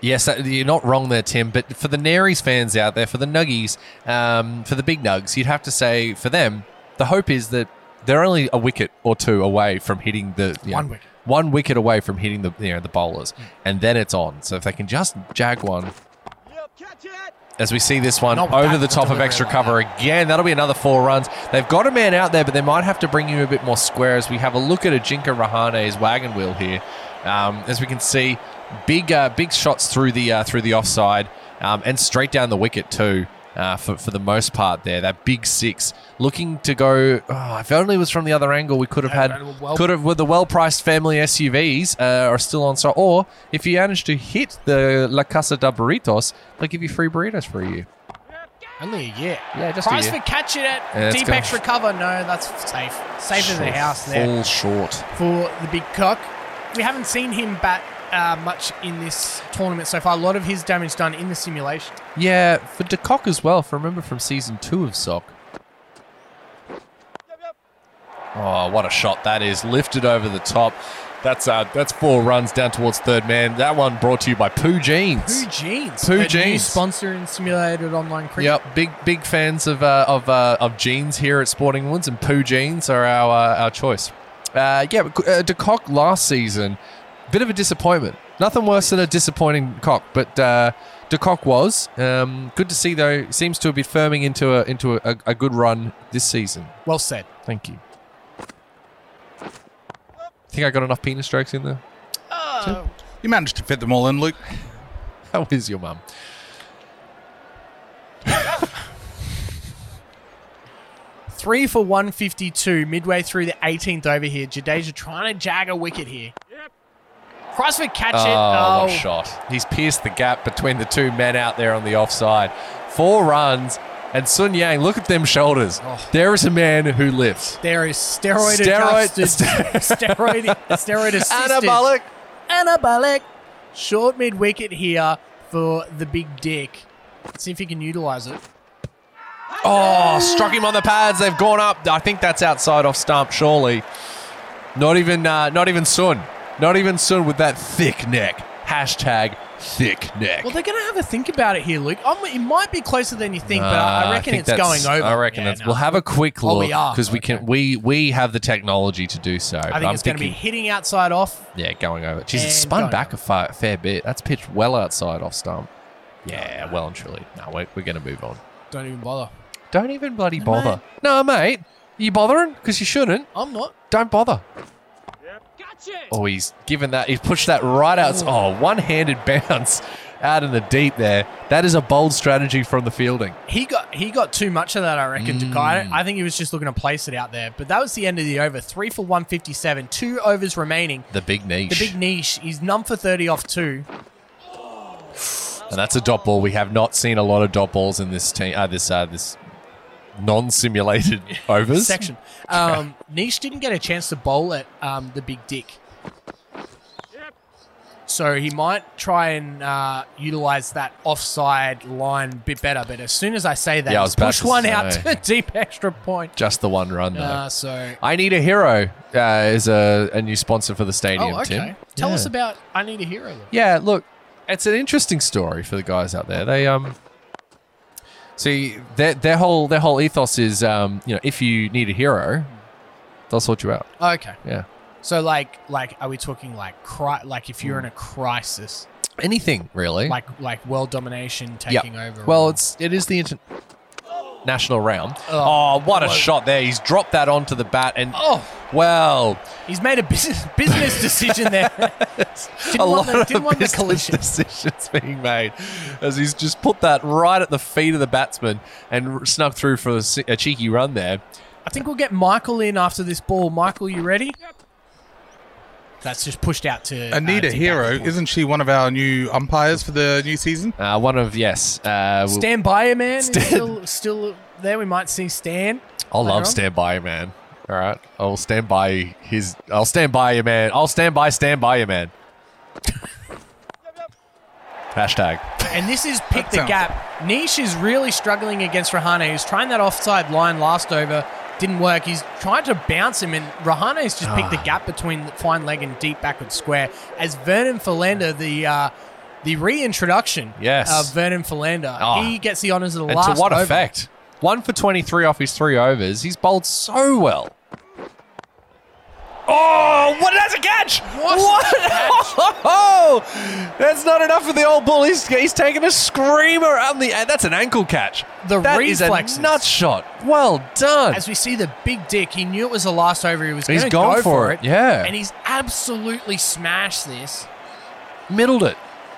S1: Yes, that- you're not wrong there, Tim. But for the Nares fans out there, for the Nuggies, um, for the big Nugs, you'd have to say for them, the hope is that they're only a wicket or two away from hitting the you know,
S3: One wicket.
S1: one wicket away from hitting the you know, the bowlers, and then it's on. So if they can just jag one,
S4: Yep, catch it.
S1: as we see this one
S3: Not with
S1: over
S3: that
S1: the top of
S3: delivery
S1: extra
S3: like
S1: cover again. That'll be another four runs. They've got a man out there, but they might have to bring you a bit more square as we have a look at Ajinka Rahane's wagon wheel here. Um, as we can see, big uh, big shots through the uh, through the offside um, and straight down the wicket too. Uh, for, for the most part, there that big six looking to go. Oh, if only it was from the other angle, we could have had
S3: Uh, well-
S1: could have with the well-priced family SUVs uh, are still on sale. Or if you manage to hit the La Casa de Burritos, they'll give you free burritos for a year.
S3: Only a year.
S1: Yeah, just a
S3: Price
S1: year.
S3: for catch it at
S1: Yeah, it's
S3: deep
S1: gone.
S3: extra cover. No, that's safe. Safe as a house there
S1: Fall short.
S3: for the big cock. We haven't seen him bat uh, much in this tournament so far. A lot of his damage done in the simulation.
S1: Yeah, for De Kock as well. For remember from season two of Sock. Oh, what a shot that is! Lifted over the top. That's uh, that's four runs down towards third man. That one brought to you by Pooh Jeans.
S3: Pooh Jeans.
S1: Pooh
S3: a new
S1: Jeans.
S3: sponsor in simulated online cricket.
S1: Yep, big big fans of uh, of uh, of jeans here at Sporting Woods, and Pooh jeans are our uh, our choice. Uh, yeah, but, uh, De Kock last season, bit of a disappointment. Nothing worse than a disappointing cock, but uh, De Kock was um, good to see though. Seems to be firming into a into a- a, a good run this season.
S3: Well said.
S1: Thank you. Think I got enough penis strokes in there?
S2: You managed to fit them all in, Luke.
S1: How is your mum?
S3: Three for 152 midway through the 18th over here. Jadeja trying to jag a wicket here.
S4: Yep.
S3: Crossfit catch it.
S1: Oh,
S3: Oh,
S1: what a shot. He's pierced the gap between the two men out there on the offside. Four runs, and Sun Yang, look at them shoulders.
S3: Oh.
S1: There is a man who lifts.
S3: There is steroid
S1: Steroid-
S3: adjusted, steroid, steroid assisted,
S1: Anabolic.
S3: anabolic, short mid wicket here for the big dick. Let's see if he can utilize it.
S1: Oh, struck him on the pads. They've gone up. I think that's outside off stump, surely. Not even, uh, not even Sun. Not even Sun with that thick neck. Hashtag thick neck.
S3: Well, they're going to have a think about it here, Luke. I'm, it might be closer than you think, but I,
S1: Nah,
S3: I reckon
S1: Uh, think
S3: it's
S1: that's-
S3: going over.
S1: I reckon
S3: Yeah,
S1: it's.
S3: no.
S1: We'll have a quick
S3: Oh,
S1: look
S3: we are.
S1: because we
S3: Okay.
S1: can. We we have the technology to do so.
S3: I think it's going to be hitting outside off.
S1: Yeah, going over. Jeez,
S3: And
S1: it's spun
S3: going
S1: back a fa- fair bit. That's pitched well outside off stump.
S3: Oh,
S1: Yeah, well and truly. No, we're, we're going to move on.
S3: Don't even bother.
S1: Don't even bloody bother. No, mate. You bothering? Because you shouldn't.
S3: I'm not.
S1: Don't bother.
S4: Yep. Catch it.
S1: Oh, he's given that. He's pushed that right out. Oh, one-handed bounce out in the deep there. That is a bold strategy from the fielding.
S3: He got he got too much of that, I reckon, to
S1: Mm.
S3: Kai. I think he was just looking to place it out there. But that was the end of the over. Three for one fifty seven. Two overs remaining.
S1: The big niche.
S3: The big niche. He's none for thirty off two.
S1: And that's a dot ball. We have not seen a lot of dot balls in this team. Uh, this uh, this non-simulated overs.
S3: Section. Um, niche didn't get a chance to bowl at um, the big dick.
S4: Yep.
S3: So he might try and uh, utilize that offside line a bit better. But as soon as I say that,
S1: Yeah, I
S3: he's
S1: was about
S3: pushed
S1: to
S3: one out
S1: say.
S3: to a deep extra point.
S1: Just the one run, though.
S3: Uh, so
S1: I Need a Hero uh, is a, a new sponsor for the stadium,
S3: Oh, okay.
S1: Tim.
S3: Tell
S1: yeah.
S3: us about I Need a Hero. Then.
S1: Yeah, look, it's an interesting story for the guys out there. They um see their their whole their whole ethos is um, you know, if you need a hero, they'll sort you out.
S3: Okay.
S1: Yeah.
S3: So like like are we talking like cri- like if you're in a crisis
S1: Anything, really.
S3: like like world domination
S1: Yeah.
S3: taking over?
S1: Well,
S3: or-
S1: it's it is the international realm.
S3: Oh.
S1: Oh, what a
S3: Whoa.
S1: shot there. He's dropped that onto the bat and
S3: oh
S1: well,
S3: he's made a business business decision there. didn't
S1: a
S3: want
S1: lot
S3: the, didn't
S1: of
S3: want the
S1: business
S3: collision.
S1: decisions being made as he's just put that right at the feet of the batsman and r- snuck through for a, si- a cheeky run there.
S3: I think we'll get Michael in after this ball. Michael, you ready? That's just pushed out to uh,
S2: Anita
S3: deep out
S2: Hero,
S3: the ball.
S2: isn't she one of our new umpires for the new season?
S1: Uh, one of yes, uh, we'll-
S3: Stand by, you, man. is
S1: Stan-
S3: Still, still there. We might see Stan.
S1: I'll
S3: Later
S1: love
S3: on?
S1: stand by you, man. All right, I'll stand by his. I'll stand by you, man. I'll stand by, stand by you, man. Hashtag.
S3: And this is pick
S2: That
S3: the
S2: sounds-
S3: gap. Niche is really struggling against Rahane, who's trying that offside line last over. Didn't work. He's trying to bounce him, and Rahane's just
S1: Ah.
S3: picked the gap between the fine leg and deep backward square. As Vernon Philander, the uh, the reintroduction
S1: Yes.
S3: of Vernon Philander,
S1: Ah.
S3: he gets the honours of the
S1: And
S3: last
S1: to what
S3: over.
S1: effect? One for twenty-three off his three overs. He's bowled so well. Oh, what that's a catch!
S3: What a catch.
S1: Oh, that's not enough for the old bull. He's, he's taking a screamer on the. That's an ankle catch.
S3: The
S1: That is
S3: reflexes.
S1: a nut shot. Well done.
S3: As we see the big dick, he knew it was the last over. He was
S1: He's
S3: going to
S1: gone
S3: go
S1: for it, yeah.
S3: And he's absolutely smashed this.
S1: middled it.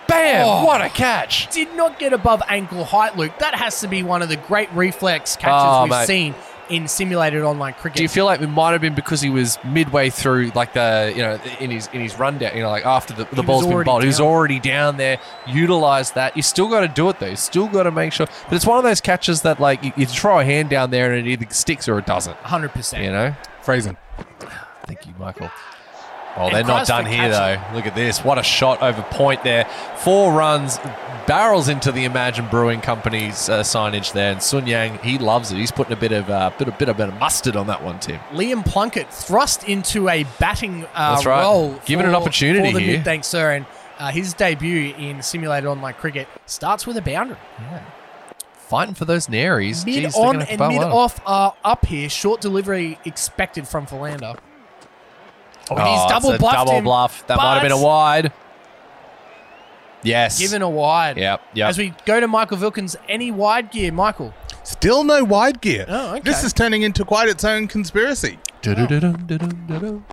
S1: Bam!
S3: Oh.
S1: What a catch!
S3: did not get above ankle height, Luke. That has to be one of the great reflex catches
S1: Oh,
S3: we've
S1: mate.
S3: seen in simulated online cricket.
S1: Do you feel like it might have been because he was midway through, like the you know, in his in his rundown, you know, like after the, the
S3: was
S1: ball's been
S3: already
S1: bowled, he was
S3: down.
S1: already down there. Utilize that. You still got to do it though. You still got to make sure. But it's one of those catches that like you, you throw a hand down there and it either sticks or it doesn't.
S3: 100%.
S1: You know.
S2: Phrasing.
S1: Thank you, Michael. Oh,
S3: And
S1: they're not
S3: Christ
S1: done
S3: for
S1: here
S3: catching.
S1: though. Look at this. What a shot over point there. Four runs, barrels into the Imagine Brewing Company's uh, signage there. And Sun Yang, he loves it. He's putting a bit of uh, bit a bit of bit of mustard on that one, Tim.
S3: Liam Plunkett thrust into a batting uh,
S1: That's right.
S3: role.
S1: Given an opportunity
S3: for the
S1: here.
S3: mid thanks, sir. And uh, his debut in simulated online cricket starts with a boundary.
S1: Fighting for those naries.
S3: Mid
S1: Jeez, they're
S3: on
S1: gonna have to
S3: and
S1: bow
S3: mid
S1: well.
S3: off are up here. Short delivery expected from Philander. Oh, and
S1: Oh,
S3: he's
S1: it's
S3: double
S1: a
S3: bluffed
S1: double
S3: him,
S1: bluff. That might have been a
S3: but
S1: wide. Yes.
S3: Given a wide.
S1: Yep. Yep.
S3: As we go to Michael Vilkins, any wide gear, Michael.
S2: Still no wide gear.
S3: Oh, okay.
S2: This is turning into quite its own conspiracy.
S1: Du-du-du-dum, du-dum-du-dum.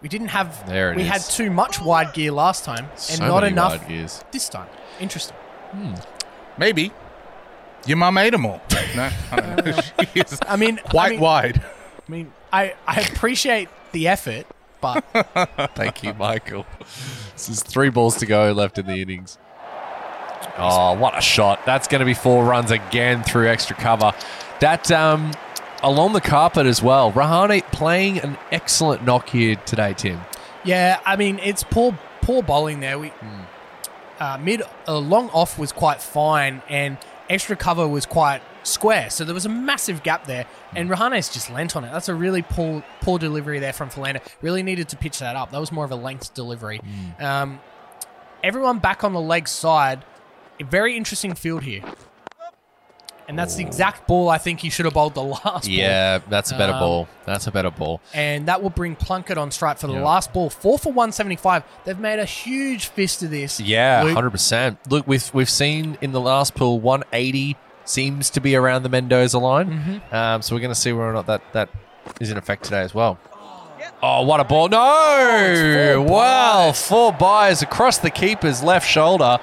S3: We didn't have.
S1: There it
S3: we had
S1: is.
S3: too much wide gear last time, and
S1: So
S3: not
S1: many
S3: enough
S1: wide gears.
S3: this time. Interesting.
S2: Maybe. Your mum ate them all. No, I don't know. She is
S3: I mean, I
S2: quite
S3: mean,
S2: wide.
S3: I mean, I, I appreciate the effort, but
S1: Thank you, Michael. This is three balls to go left in the innings. Oh, what a shot. That's going to be four runs again through extra cover. That um, along the carpet as well. Rahane playing an excellent knock here today, Tim.
S3: yeah, I mean, it's poor poor bowling there. We uh, mid a long off was quite fine, and extra cover was quite square. So there was a massive gap there, and Rahane's just lent on it. That's a really poor poor delivery there from Philander. Really needed to pitch that up. That was more of a length delivery. Um, everyone back on the leg side. A very interesting field here. And that's the exact ball I think he should have bowled the last ball.
S1: Yeah, that's a better
S3: Um,
S1: ball. That's a better ball.
S3: And that will bring Plunkett on strike for the
S1: Yeah.
S3: last ball. Four for 175. They've made a huge fist of this.
S1: Yeah,
S3: Luke.
S1: hundred percent. Look, we've we've seen in the last pool one eighty seems to be around the Mendoza line.
S3: Mm-hmm.
S1: Um, so we're going to see whether or not that that is in effect today as well. Oh, what a ball! No,
S3: Oh, four
S1: wow, four buys across the keeper's left shoulder.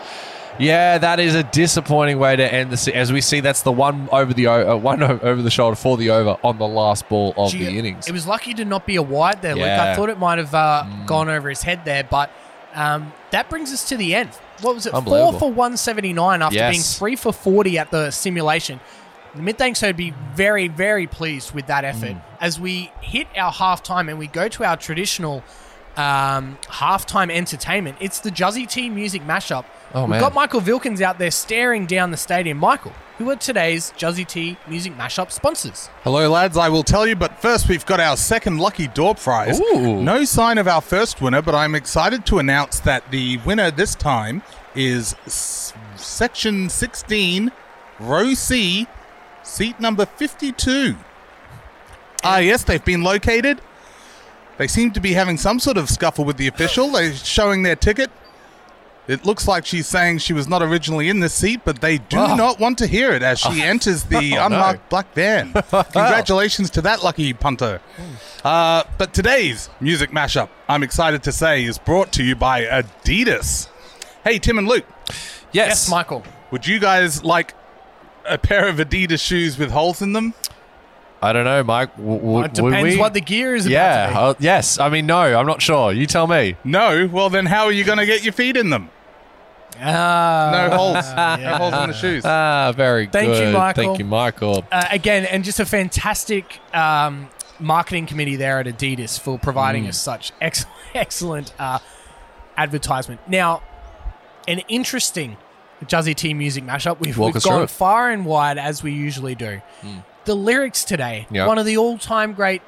S1: Yeah, that is a disappointing way to end the. se- As we see, that's the one over the o- uh, one o- over the shoulder for the over on the last ball of
S3: Gee,
S1: the innings.
S3: It was lucky to not be a wide there, Luke. I
S1: Yeah. Mm.
S3: thought it might have uh, gone over his head there, but um, that brings us to the end. What was it? Four
S1: Unbelievable.
S3: for 179 after
S1: Yes.
S3: being three for 40 at the simulation. The Midthanks would be very,
S1: Mm.
S3: very pleased with that effort. As we hit our half time and we go to our traditional um, halftime entertainment. It's the Juzzy T music mashup.
S1: Oh,
S3: We've
S1: man.
S3: got Michael Vilkins out there staring down the stadium. Michael, who are today's Juzzy T music mashup sponsors?
S2: Hello, lads. I will tell you, but first we've got our second lucky door prize.
S1: Ooh.
S2: No sign of our first winner, but I'm excited to announce that the winner this time is S- Section 16, Row C, seat number 52. Ah, yes, they've been located. They seem to be having some sort of scuffle with the official. They're showing their ticket. It looks like she's saying she was not originally in this seat, but they do
S1: Wow.
S2: not want to hear it as she enters the
S1: no.
S2: unmarked black van. Congratulations to that lucky punter. Uh, but today's music mashup, I'm excited to say, is brought to you by Adidas. Hey, Tim and Luke,
S1: Yes,
S3: Yes, Michael.
S2: would you guys like a pair of Adidas shoes with holes in them?
S1: I don't know, Mike. W- w-
S3: It
S1: would
S3: depends
S1: we-
S3: what the gear is about
S1: yeah.
S3: to be.
S1: uh, yes. I mean, no. I'm not sure. You tell me.
S2: No? Well, then how are you going to get your feet in them?
S3: Ah.
S2: No holes. No holes in the shoes.
S1: Ah, very
S3: Thank you,
S1: good.
S3: Michael.
S1: Thank you, Michael.
S3: uh, again, and just a fantastic um, marketing committee there at Adidas for
S1: Mm.
S3: providing us such ex- excellent uh, advertisement. Now, an interesting Juzzy T music mashup. We've,
S1: Walk
S3: we've
S1: us through
S3: gone
S1: it. Mm.
S3: far and wide as we usually do. The lyrics today,
S1: Yeah.
S3: one of the all time great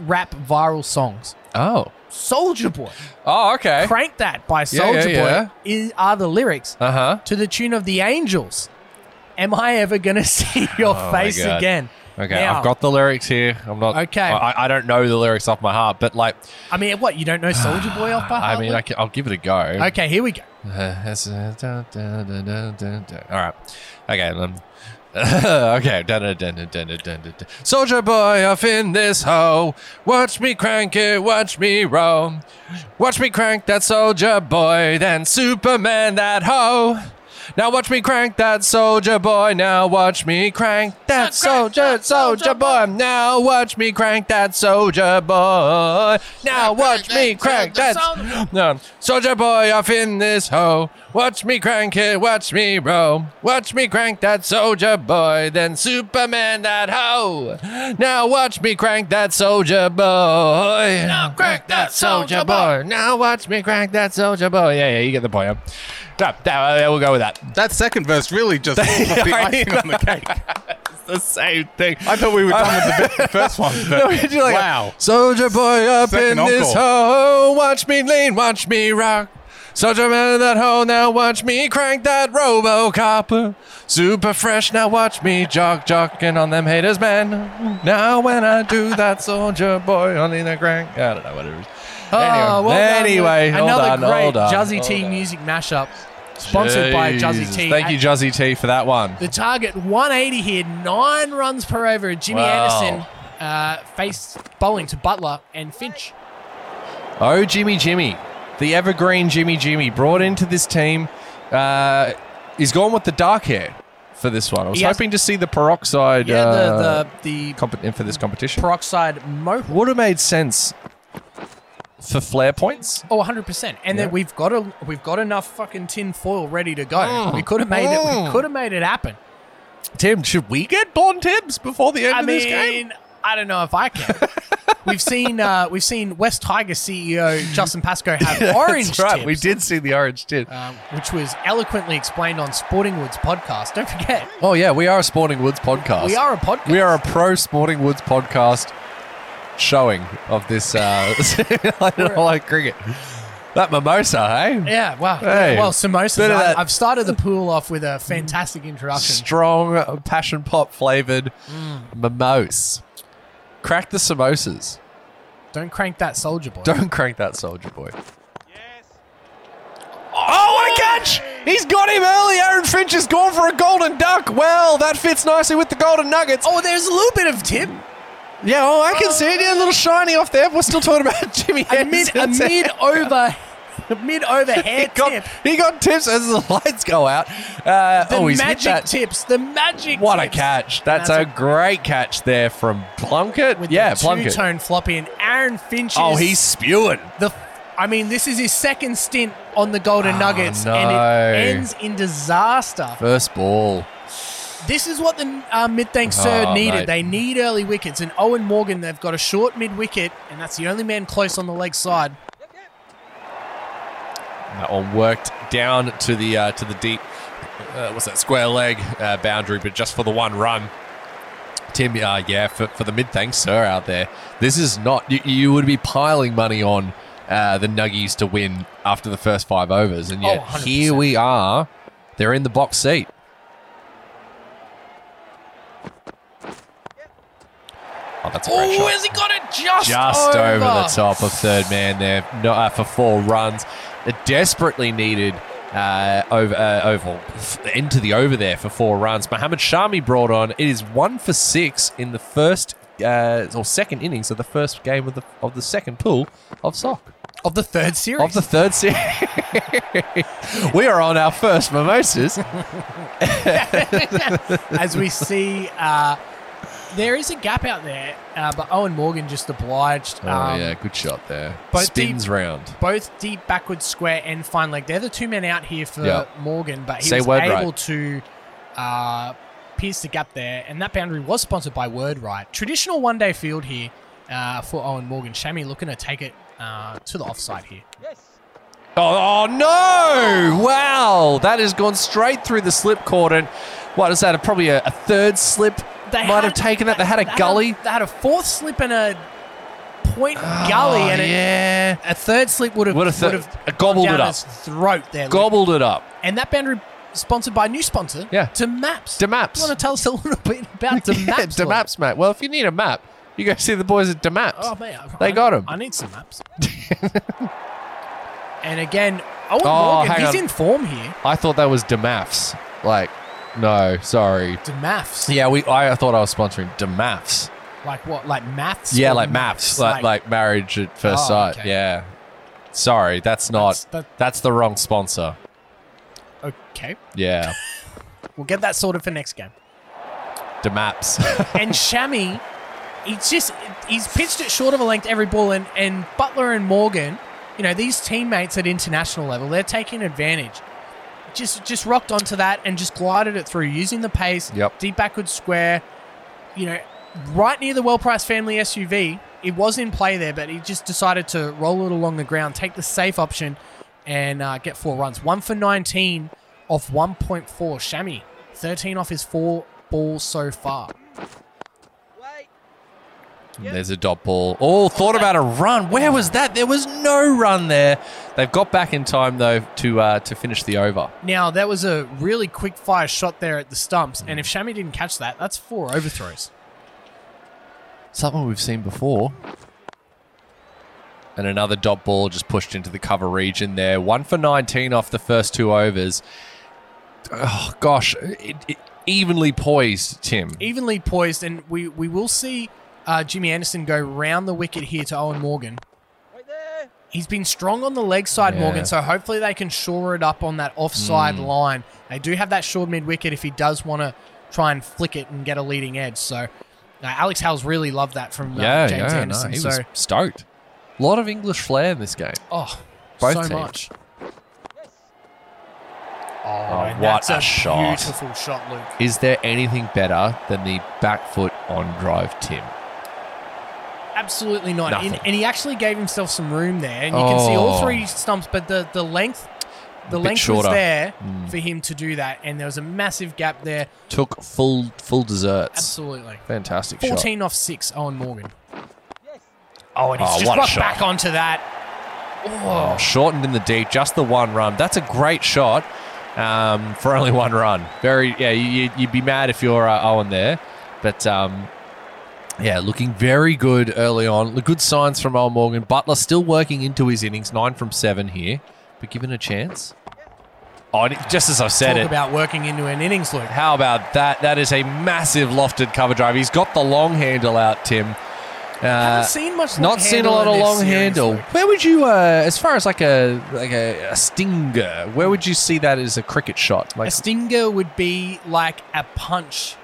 S3: rap viral songs.
S1: Oh.
S3: Soldier Boy,
S1: Oh, okay.
S3: Crank That by
S1: Yeah, yeah,
S3: Soldier
S1: yeah.
S3: Boy is, are the lyrics
S1: Uh huh.
S3: to the tune of The Angels. Am I ever going to see your
S1: Oh my
S3: face
S1: God.
S3: again?
S1: Okay,
S3: Now-
S1: I've got the lyrics here. I'm not
S3: Okay.
S1: I, I don't know the lyrics off my heart, but like,
S3: I mean, what you don't know, Soldier Boy off by heart?
S1: I mean, I
S3: Luke?
S1: can, I'll give it a go.
S3: okay, here we go.
S1: Uh, that's, uh, da, da, da, da, da, da. All right. Okay. Um, okay. Da, da, da, da, da, da, da, da. Soldier boy off in this hole. Watch me crank it. Watch me roam. Watch me crank that soldier boy. Then Superman that hoe. Now watch me crank that soldier boy. Now watch me crank that soldier soldier boy. Now watch me crank that soldier boy. Now watch me crank that no soldier boy off in this hoe. Watch me crank it. Watch me roam. Watch me crank that soldier boy. Then Superman that hoe. Now watch me crank that soldier boy. Now crank that soldier boy. Now watch me crank that soldier boy. Yeah, yeah, you get the point. Yeah. Yeah, yeah, yeah, we'll go with that.
S2: That second verse really just put the
S1: I
S2: icing
S1: know.
S2: on the cake.
S1: the same thing.
S2: I thought we were done with the bit- the first one. but
S1: No, we did like a-
S2: wow.
S1: Soldier boy up in
S2: Second
S1: this
S2: encore.
S1: hoe. Watch me lean, watch me rock. Soldier man in that hoe, now watch me crank that Robocop. Super fresh, now watch me jock, jocking on them haters, man. Now when I do that, soldier boy, only the crank. I don't know, whatever.
S3: Oh, well done, Luke.
S1: anyway, hold
S3: another
S1: on,
S3: great
S1: hold on,
S3: Juzzy
S1: hold
S3: T
S1: on.
S3: music mashup, sponsored by Juzzy
S1: Jesus.
S3: T.
S1: Thank you, Juzzy T, for that one.
S3: The target 180 here, nine runs per over. Jimmy
S1: Wow.
S3: Anderson uh, faced bowling to Butler and Finch.
S1: Oh, Jimmy Jimmy, the evergreen Jimmy Jimmy, brought into this team. Uh, he's gone with the dark hair for this one. I was
S3: He has-
S1: hoping to see the peroxide
S3: Yeah,
S1: uh,
S3: the the, the
S1: comp- in for this competition.
S3: peroxide mohawk.
S1: Would have made sense for flare points.
S3: Oh, 100%. And
S1: Yeah.
S3: then we've got a, we've got enough fucking tin foil ready to go.
S1: Mm.
S3: We could have made it. We
S1: Mm.
S3: could have made it happen.
S1: Tim, should we get blonde Tibbs before the end
S3: I
S1: of
S3: mean,
S1: this game?
S3: I don't know if I can. we've seen uh, we've seen West Tiger CEO Justin Pascoe have orange
S1: That's right. We
S3: tips,
S1: did see the orange tip.
S3: um, which was eloquently explained on Sporting Woods podcast. Don't forget,
S1: oh yeah, we are a Sporting Woods podcast.
S3: we are a podcast.
S1: We are a pro Sporting Woods podcast showing of this uh, like cricket. That mimosa, hey?
S3: yeah. Wow.
S1: Hey,
S3: well, samosas.
S1: bit of
S3: I,
S1: that-
S3: I've started the pool off with a fantastic introduction.
S1: Strong passion pop flavored Mm. mimose. Crack the samosas.
S3: Don't crank that soldier boy.
S1: Don't crank that soldier boy.
S4: Yes.
S1: Oh, what a catch! He's got him early. Aaron Finch has gone for a golden duck. Well, that fits nicely with the golden nuggets.
S3: Oh, there's a little bit of tip.
S1: yeah, oh, I can see it. Yeah, a little shiny off there. We're still talking about Jimmy
S3: A mid, a
S1: Anderson.
S3: mid over, mid over hair
S1: he got,
S3: tip.
S1: He got tips as the lights go out. Uh,
S3: The
S1: oh, he's hit
S3: magic
S1: that.
S3: tips. The magic.
S1: What a
S3: tips.
S1: catch! That's, a, great catch there from Plunkett.
S3: with
S1: yeah,
S3: the
S1: Plunkett.
S3: two-tone floppy and Aaron Finch.
S1: Oh,
S3: is
S1: he's spewing.
S3: the. I mean, this is his second stint on the Golden Nuggets,
S1: Ah, no.
S3: and it ends in disaster.
S1: First ball.
S3: This is what the uh, mid thank sir
S1: Oh,
S3: needed.
S1: mate.
S3: They need early wickets, and Owen Morgan. They've got a short mid wicket, and that's the only man close on the leg side.
S1: That one worked down to the uh, to the deep. Uh, what's that square leg uh, boundary? But just for the one run, Tim. Uh, yeah, for, for the mid, thanks, sir, out there. This is not. You, you would be piling money on uh, the Nuggies to win after the first five overs, and yet
S3: Oh,
S1: here we are. They're in the box seat. Oh, that's a great shot
S3: Oh, has he got it just,
S1: just over. the top of third man there no, uh, for four runs. It desperately needed uh, over uh, oval into the over there for four runs. Mohamed Shami brought on. It is one for six in the first uh, or second innings of the first game of the of the second pool of sock
S3: Of the third series.
S1: of the third series. we are on our first mimosas.
S3: as we see, uh, there is a gap out there, uh, but Owen Morgan just obliged.
S1: Oh
S3: um,
S1: yeah, good shot there.
S3: both
S1: Spins
S3: the-
S1: round.
S3: Both deep backward square and fine leg. They're the two men out here for
S1: Yeah.
S3: Morgan, but he
S1: Say
S3: was
S1: word
S3: able
S1: right.
S3: to uh, pierce the gap there, and that boundary was sponsored by Word Right. Traditional one day field here uh, for Owen Morgan. Shami looking to take it uh, to the offside here.
S4: Yes.
S1: Oh, oh, no! Wow, that has gone straight through the slip cordon. What is that? Probably a, a third slip. might have taken that. They had a gully.
S3: they had a fourth slip and a point gully,
S1: Oh,
S3: and it,
S1: yeah,
S3: A third slip would have
S1: Would have th-
S3: would have
S1: uh, gobbled
S3: gone
S1: it
S3: down
S1: up.
S3: His throat there, Luke.
S1: gobbled it up.
S3: and that boundary sponsored by a new sponsor,
S1: Yeah.
S3: to Maps.
S1: To Maps.
S3: You want to tell us a little bit about the
S1: yeah,
S3: Maps? Luke?
S1: Demaps, mate. Well, if you need a map, you go see the boys at Demaps.
S3: Oh man, I-
S1: They
S3: I,
S1: got 'em.
S3: I need some maps. and again, Owen
S1: Oh,
S3: Morgan,
S1: hang
S3: he's
S1: on.
S3: in form here.
S1: I thought that was Demaps. Like, no, sorry.
S3: To maths,
S1: Yeah, we. I thought I was sponsoring Demaps.
S3: like what? Like maths?
S1: Yeah,
S3: or
S1: like maps, like, like marriage at first
S3: Oh,
S1: sight.
S3: okay.
S1: Yeah. Sorry, that's not.
S3: That's-
S1: That's,
S3: that-
S1: the wrong sponsor.
S3: okay,
S1: Yeah,
S3: we'll get that sorted for next game.
S1: Demaps.
S3: and Shami, he's just he's pitched it short of a length every ball, and and Butler and Morgan, you know, these teammates at international level, they're taking advantage. Just just rocked onto that and just glided it through using the pace,
S1: Yep.
S3: deep backward square, you know, right near the well priced family SUV. It was in play there, but he just decided to roll it along the ground, take the safe option, and uh, get four runs. One for 19 off 1.4. Shami, 13 off his four balls so far.
S4: Wait.
S1: There's a dot ball. Oh, thought about a run. Where was that? There was no run there. They've got back in time though to uh, to finish the over.
S3: Now that was a really quick fire shot there at the stumps, and if Shami didn't catch that, that's four overthrows.
S1: Something we've seen before. And another dot ball just pushed into the cover region there. One for 19 off the first two overs. Oh gosh, it, it, evenly poised, Tim.
S3: Evenly poised, and we we will see uh, Jimmy Anderson go round the wicket here to Owen Morgan.
S4: Wait there.
S3: He's been strong on the leg side,
S1: Yeah. Mm.
S3: Morgan, so hopefully they can shore it up on that offside line. They do have that short mid wicket if he does want to try and flick it and get a leading edge. So uh, Alex Hales really loved that from uh,
S1: yeah,
S3: James
S1: yeah, no,
S3: Anderson.
S1: he
S3: so
S1: was stoked. A lot of English flair in this game.
S3: oh,
S1: Both
S3: so
S1: teams.
S3: much.
S4: Yes.
S3: Oh, and
S1: what
S3: that's
S1: a shot.
S3: Beautiful shot, Luke.
S1: Is there anything better than the back foot on drive, Tim?
S3: Absolutely not.
S1: Nothing.
S3: And, and he actually gave himself some room there, and you can see all
S1: Oh.
S3: three stumps, but the, the length, the
S1: Bit
S3: length
S1: shorter. Mm.
S3: was there for him to do that, and there was a massive gap there.
S1: Took full full desserts.
S3: Absolutely,
S1: Fantastic shot.
S3: fourteen off six. Owen Morgan.
S4: Yes.
S3: Oh, and he's
S1: Oh,
S3: just
S1: what a
S3: rocked
S1: shot.
S3: back onto that.
S1: Oh, shortened in the deep, just the one run. That's a great shot um, for only one run. Very, yeah, you, you'd be mad if you're uh, Owen there, but um, yeah, looking very good early on. The Good signs from Owen Morgan. Butler still working into his innings, nine from seven here, but given a chance. Oh, and it- just as I said
S3: Talk
S1: it.
S3: about working into an innings, Luke.
S1: How about that? That is a massive lofted cover drive. He's got the long handle out, Tim. Uh,
S3: Haven't seen much.
S1: not seen a
S3: handle
S1: lot
S3: in
S1: of
S3: this
S1: long
S3: series,
S1: handle.
S3: Luke.
S1: Where would you, uh, as far as like a like a, a stinger, where would you see that as a cricket shot? Like
S3: A stinger would be like a punch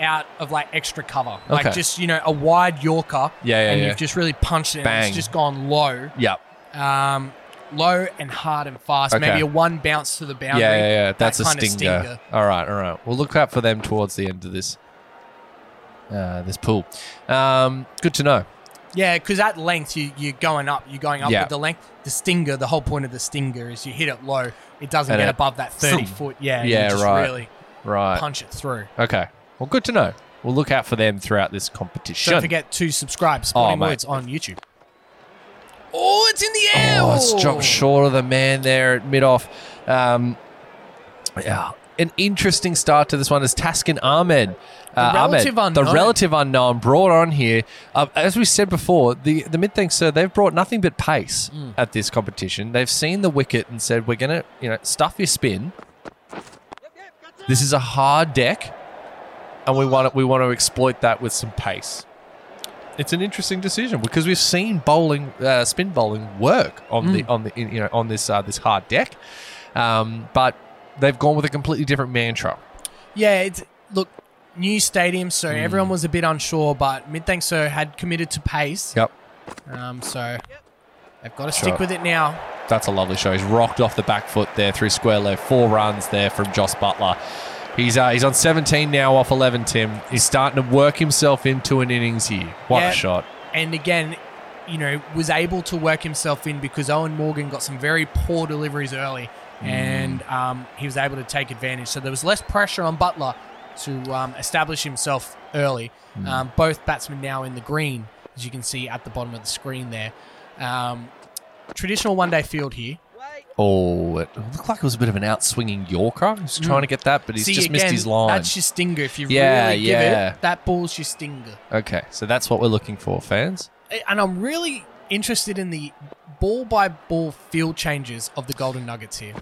S3: out of like extra cover, like
S1: Okay.
S3: just you know a wide Yorker.
S1: Yeah, yeah,
S3: and
S1: yeah.
S3: you've just really punched it. and
S1: Bang.
S3: It's just gone low.
S1: yeah,
S3: um, low and hard and fast.
S1: Okay.
S3: Maybe a one bounce to the
S1: yeah, yeah,
S3: boundary.
S1: yeah.
S3: that
S1: That's a
S3: kind of
S1: stinger. All right, all right. We'll look out for them towards the end of this uh, this pool. Um, good to know.
S3: Yeah, because at length you you're going up, you're going up
S1: Yeah.
S3: with the length. The stinger, the whole point of the stinger is you hit it low, it doesn't
S1: And
S3: get
S1: it-
S3: above that thirty foot. Yeah, and you
S1: Yeah,
S3: just
S1: right.
S3: Really
S1: Right.
S3: punch it through.
S1: Okay. Well, good to know. We'll look out for them throughout this competition.
S3: Don't forget to
S1: Oh,
S3: subscribe. Sporting
S1: mate.
S3: words on YouTube. Oh, it's in the air!
S1: Oh, it's dropped short of the man there at mid off. Um, yeah, an interesting start to this one is Taskin Ahmed. Uh,
S3: The relative
S1: Ahmed, the
S3: unknown.
S1: relative unknown, brought on here. Uh, as we said before, the the mid thing, so they've brought nothing but pace
S3: Mm.
S1: at this competition. They've seen the wicket and said, "We're gonna, you know, stuff your spin.
S4: Yep, yep, got it.
S1: This is a hard deck, and we want we want to exploit that with some pace." It's an interesting decision because we've seen bowling, uh, spin bowling work on
S3: Mm.
S1: the on the in, you know on this uh, this hard deck, um, but they've gone with a completely different mantra.
S3: Yeah, it's look new stadium, so
S1: Hmm.
S3: everyone was a bit unsure, but Midthank Sir had committed to pace.
S1: Yep,
S3: Um, so they've got to
S1: Sure.
S3: stick with it now.
S1: that's a lovely show. He's rocked off the back foot there through square left, four runs there from Joss Butler. He's uh, he's on 17 now off 11. Tim, he's starting to work himself into an innings here. What
S3: Yeah.
S1: a shot!
S3: and again, you know, was able to work himself in because Owen Morgan got some very poor deliveries early, and
S1: Mm.
S3: um, he was able to take advantage. So there was less pressure on Butler to um, establish himself early.
S1: Mm.
S3: Um, both batsmen now in the green, as you can see at the bottom of the screen there. Um, traditional one-day field here.
S4: Wait.
S1: Oh, it looked like it was a bit of an outswinging Yorker. He's trying to get that, but he's
S3: Mm. See,
S1: just missed
S3: again,
S1: his line.
S3: That's your stinger. If you
S1: Yeah,
S3: really
S1: yeah.
S3: give it, that ball's your stinger.
S1: Okay, so that's what we're looking for, fans.
S3: and I'm really interested in the ball by ball field changes of the Golden Nuggets here.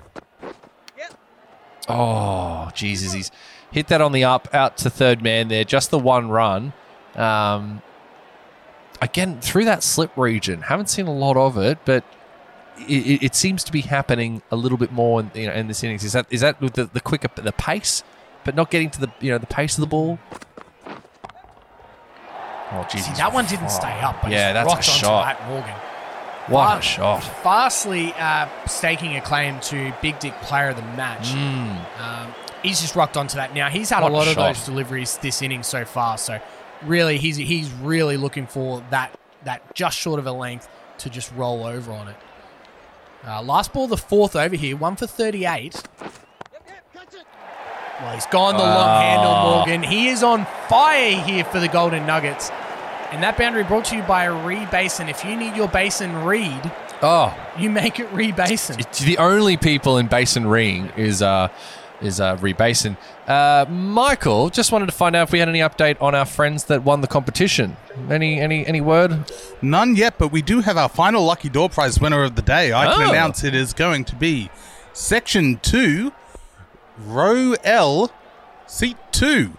S1: Oh, Jesus, he's hit that on the up, out to third man there, just the one run. Um, again, through that slip region, haven't seen a lot of it, but it, it seems to be happening a little bit more in, you know, in this innings. Is that is that with the, the quicker the pace, but not getting to the you know the pace of the ball? Oh, Jesus,
S3: See, that one didn't stay up, but
S1: yeah,
S3: it
S1: that's a
S3: rocked onto
S1: shot.
S3: Matt Morgan.
S1: What a
S3: Fast-
S1: shot!
S3: Fastly uh, staking a claim to Big Dick Player of the Match.
S1: Mm.
S3: Um, he's just rocked onto that. Now he's had
S1: What
S3: a
S1: a
S3: lot of
S1: shot.
S3: those deliveries this inning so far. So really, he's he's really looking for that that just short of a length to just roll over on it. Uh, last ball, the fourth over here, one for thirty-eight.
S4: Yep, yep, got it.
S3: Well, he's gone the
S1: Ah.
S3: long handle, Morgan. He is on fire here for the Golden Nuggets. And that boundary brought to you by Re Basin. If you need your basin read,
S1: Oh,
S3: you make it Re Basin.
S1: It's the only people in Basin Ring is uh is uh Rebasin. Uh Michael, just wanted to find out if we had any update on our friends that won the competition. Any any any word?
S2: None yet, but we do have our final lucky door prize winner of the day. I can
S1: Oh.
S2: announce it is going to be Section 2, Row L, Seat 2.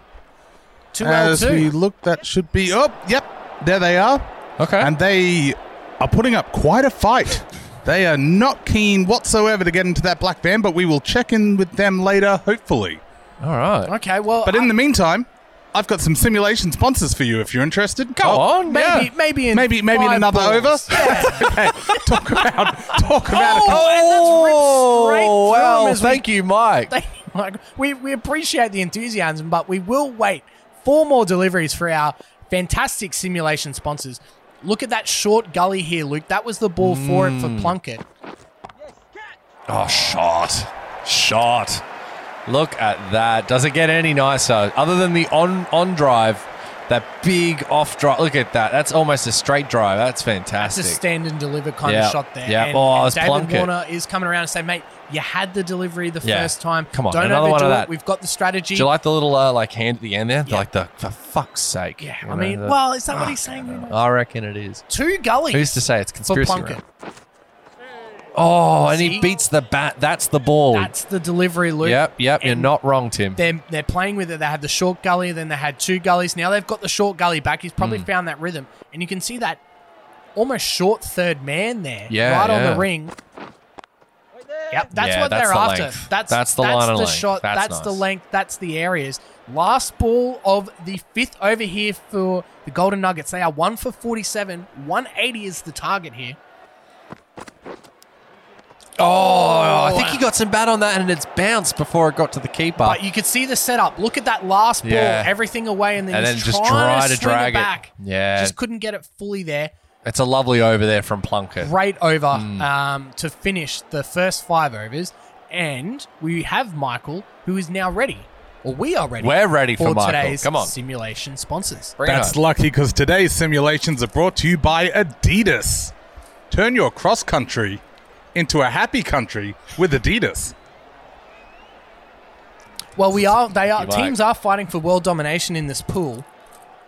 S3: Two L
S2: As
S3: two.
S2: we look, that should be. Oh, yep, there they are.
S1: Okay.
S2: And they are putting up quite a fight. They are not keen whatsoever to get into that black van, but we will check in with them later, hopefully.
S1: All right.
S3: Okay, well, uh,
S2: But
S3: I-
S2: in the meantime, I've got some simulation sponsors for you if you're interested.
S1: Go on.
S3: maybe
S1: yeah.
S3: maybe in
S2: Maybe maybe in
S3: five
S2: another
S3: balls.
S2: over. okay, talk about talk about a
S3: Oh, and that's ripped straight
S1: Oh,
S3: through
S1: well,
S3: him as we-
S1: thank you, Mike.
S3: Thank you, Michael. we we appreciate the enthusiasm, but we will wait for more deliveries for our fantastic simulation sponsors. Look at that short gully here, Luke. That was the ball for it
S1: Mm.
S3: for Plunkett.
S4: Yes, catch.
S1: Oh, shot. Shot. Look at that. Doesn't get any nicer. Other than the on on drive, that big off drive. Look at that. That's almost a straight drive. That's
S3: It's
S1: fantastic.
S3: a stand and deliver kind
S1: Yeah,
S3: of shot there.
S1: yeah.
S3: And,
S1: Oh,
S3: and
S1: it's
S3: David
S1: Plunkett.
S3: Warner is coming around and saying, mate, you had the delivery the
S1: Yeah.
S3: first time.
S1: Come on,
S3: Don't
S1: another one
S3: overdo
S1: of
S3: it.
S1: that.
S3: We've got the strategy.
S1: Do you like the little uh, like hand at the end there?
S3: Yeah.
S1: Like the for fuck's sake.
S3: yeah,
S1: You
S3: I
S1: know,
S3: mean,
S1: the-
S3: well, is that what he's saying? Who knows?
S1: I reckon it is.
S3: Two gullies
S1: Who's to say it's
S3: for
S1: conspiracy?
S3: Plunkett.
S1: right? Oh, and he
S3: See?
S1: beats the bat. That's the ball.
S3: That's the delivery, Luke.
S1: yep, yep. You're
S3: And
S1: not wrong, Tim.
S3: They're, they're playing with it. They had the short gully, then they had two gullies. Now they've got the short gully back. He's
S1: Hmm.
S3: probably found that rhythm. And you can see that almost short third man there,
S1: Yeah,
S3: right on
S1: yeah.
S3: the ring.
S4: Wait there.
S3: Yep, that's
S1: Yeah,
S3: what
S1: that's
S3: they're
S1: the
S3: after.
S1: length.
S3: That's
S1: That's
S3: that's
S1: the
S3: the,
S1: line of length.
S3: shot.
S1: That's
S3: That's, the
S1: nice.
S3: length. That's the areas. Last ball of the fifth over here for the Golden Nuggets. They are one for forty-seven. One eighty is the target here.
S1: Oh, I think he got some bat on that, and it's bounced before it got to the keeper.
S3: But you could see the setup. Look at that last ball,
S1: Ah. Yeah.
S3: everything away, and then,
S1: and then
S3: he's
S1: just
S3: trying
S1: try to
S3: swing
S1: drag
S3: it back.
S1: Yeah,
S3: Just couldn't get it fully there.
S1: It's a lovely over there from Plunkett.
S3: Great over
S1: Hmm.
S3: um, to finish the first five overs. And we have Michael, who is now ready. Or we are ready.
S1: We're ready for Michael.
S3: today's
S1: Come on.
S3: simulation sponsors.
S1: Bring it
S2: That's
S1: on.
S2: lucky because today's simulations are brought to you by Adidas. Turn your cross country into a happy country with Adidas.
S3: Well, we are. They are.
S1: Thank you, Mike.
S3: Teams are fighting for world domination in this pool.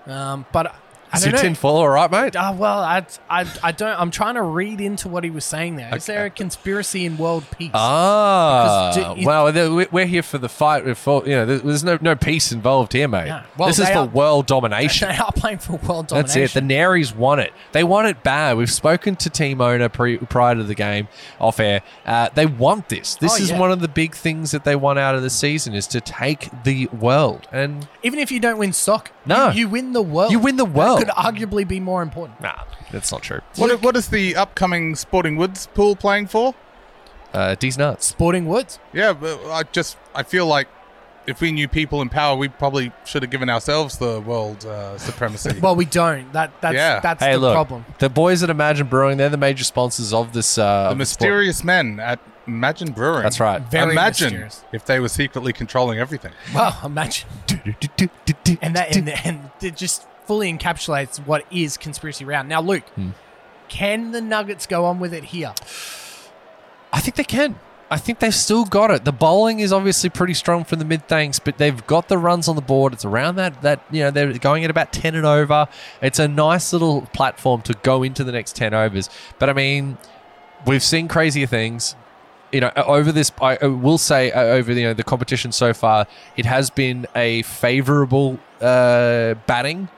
S3: Um, but I
S1: Is your
S3: don't know.
S1: tin foil all right, mate?
S3: Uh, well, I, I, I don't. I'm trying to read into what he was saying there. Is there a conspiracy in world peace?
S1: Ah,
S3: Because do-
S1: well, the- we- we're here for the fight. For, you know, there- there's no no peace involved here, mate.
S3: No. Well,
S1: this is
S3: they
S1: for
S3: are-
S1: world domination.
S3: they are playing for world domination.
S1: That's it. The Naries want it. They want it bad. We've spoken to team owner pre- prior to the game off air. Uh, they want this. This
S3: Oh,
S1: is
S3: yeah.
S1: one of the big things that they want out of the season is to take the world. And
S3: Even if you don't win sock,
S1: No.
S3: you, you win the world.
S1: You win the
S3: That
S1: world.
S3: could arguably be more important.
S1: nah, that's not true.
S2: What, what is the upcoming Sporting Woods pool playing for?
S1: Uh, D's nuts.
S3: Sporting Woods.
S2: Yeah, but I just I feel like if we knew people in power, we probably should have given ourselves the world uh, supremacy.
S3: Well, we don't. That that's
S2: Yeah.
S3: that's
S1: hey,
S3: the
S1: look,
S3: problem.
S1: the boys at Imagine Brewing, they're the major sponsors of this. Uh,
S2: the
S1: of this sport.
S2: mysterious men at Imagine Brewing.
S1: That's right.
S3: Very
S2: Imagine
S3: mysterious.
S2: if they were secretly controlling everything.
S3: Well, imagine, and that and, and it just fully encapsulates what is conspiracy round. Now, Luke,
S1: Hmm.
S3: can the Nuggets go on with it here?
S1: I think they can. I think they've still got it. The bowling is obviously pretty strong from the mid thanks, but they've got the runs on the board. It's around that that you know they're going at about ten and over. It's a nice little platform to go into the next ten overs. But I mean, we've seen crazier things. You know, o- over this, I I will say uh, over you know the competition so far, it has been a favourable uh, batting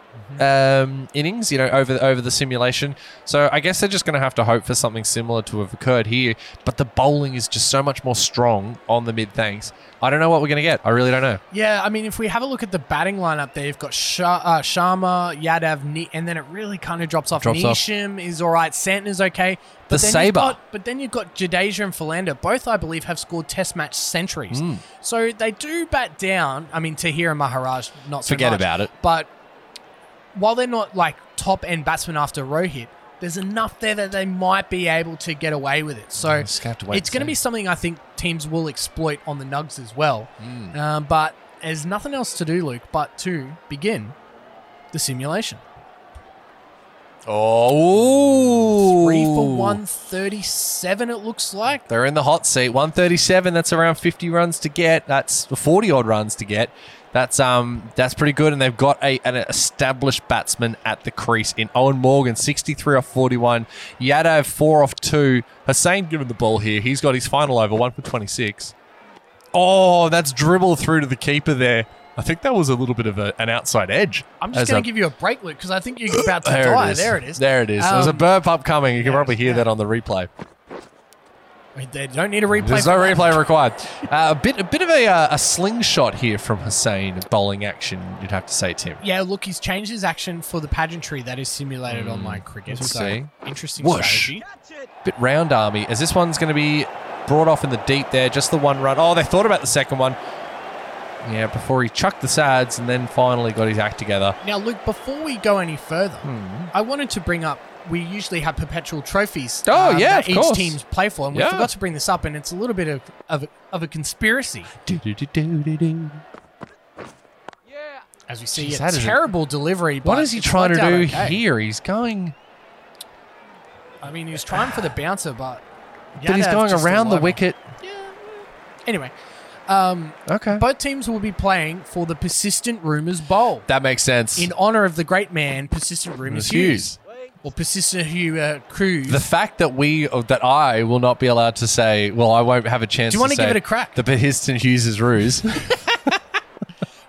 S3: Mm-hmm.
S1: um, innings. You know, over over the simulation. So I guess they're just going to have to hope for something similar to have occurred here. But the bowling is just so much more strong on the mid thanks. I don't know what we're going to get. I really don't know.
S3: Yeah, I mean, if we have a look at the batting lineup there, you've got Sha- uh, Sharma, Yadav, Ni- and then it really kind of drops off.
S1: Drops off.
S3: Nisham is all right. Santon is okay.
S1: The
S3: then you've
S1: Sabre.
S3: got- But then you've got Jadeja and Philander. Both, I believe, have scored test match centuries.
S1: Hmm.
S3: So they do bat down. I mean, Tahir and Maharaj, not so
S1: Forget
S3: much.
S1: about it.
S3: But while they're not like top end batsmen after Rohit, there's enough there that they might be able to get away with it. So
S1: just gonna have to wait
S3: it's
S1: and
S3: going to
S1: see.
S3: be something I think teams will exploit on the Nugs as well.
S1: Hmm.
S3: Um, but there's nothing else to do, Luke, but to begin the simulation.
S1: Oh,
S3: Three for 137, it looks like.
S1: They're in the hot seat. 137. That's around 50 runs to get. That's 40 odd runs to get. That's um that's pretty good. And they've got a an established batsman at the crease in Owen Morgan, 63 off 41. Yadav four off two. Hussain given the ball here. He's got his final over one for 26. Oh, that's dribble through to the keeper there. I think that was a little bit of a, an outside edge.
S3: I'm just
S1: As
S3: going
S1: a-
S3: to give you a break, Luke, because I think you're about to
S1: there
S3: die.
S1: It is.
S3: There it is.
S1: There it is. There's a
S3: Um,
S1: burp up coming. You can
S3: yeah,
S1: probably hear
S3: yeah.
S1: that on the replay.
S3: They don't need a replay.
S1: There's
S3: for
S1: no
S3: that.
S1: replay required. Uh, a bit, a bit of a, uh, a slingshot here from Hussein bowling action. You'd have to say, Tim.
S3: Yeah, look, he's changed his action for the pageantry that is simulated online cricket.
S1: Hmm. Let's
S3: So
S1: see.
S3: interesting
S1: Whoosh.
S3: strategy.
S4: Catch it.
S1: Bit round army as this one's going to be brought off in the deep there. Just the one run. Oh, they thought about the second one. Yeah, before he chucked the sads and then finally got his act together.
S3: Now, Luke, before we go any further,
S1: Hmm.
S3: I wanted to bring up we usually have perpetual trophies. um,
S1: Oh, yeah,
S3: that
S1: of
S3: each
S1: course.
S3: team's play for, and
S1: Yeah.
S3: we forgot to bring this up, and it's a little bit of of, of a conspiracy
S1: Do-do-do-do-do-do.
S4: Yeah.
S3: as we see
S1: Jeez,
S3: a
S1: that is a-
S3: terrible delivery.
S1: What
S3: but
S1: is he
S3: it's
S1: trying to
S3: worked
S1: do
S3: out okay.
S1: here? He's going,
S3: I mean, he was trying for the bouncer, but
S1: but he's
S3: Yadav
S1: going
S3: just
S1: around the
S3: delivered.
S1: wicket.
S3: Anyway, um,
S1: Okay,
S3: both teams will be playing for the Persistent Rumors Bowl
S1: that makes sense.
S3: in honor of the great man, Persistent Rumors
S1: Miss
S3: Hughes.
S1: Hughes.
S4: Wait.
S3: or persistent Hugh uh, Cruz.
S1: The fact that we, or that I, will not be allowed to say, well, I won't have a chance.
S3: Do you wanna
S1: to say
S3: give it a crack?
S1: The Behiston Hughes' ruse.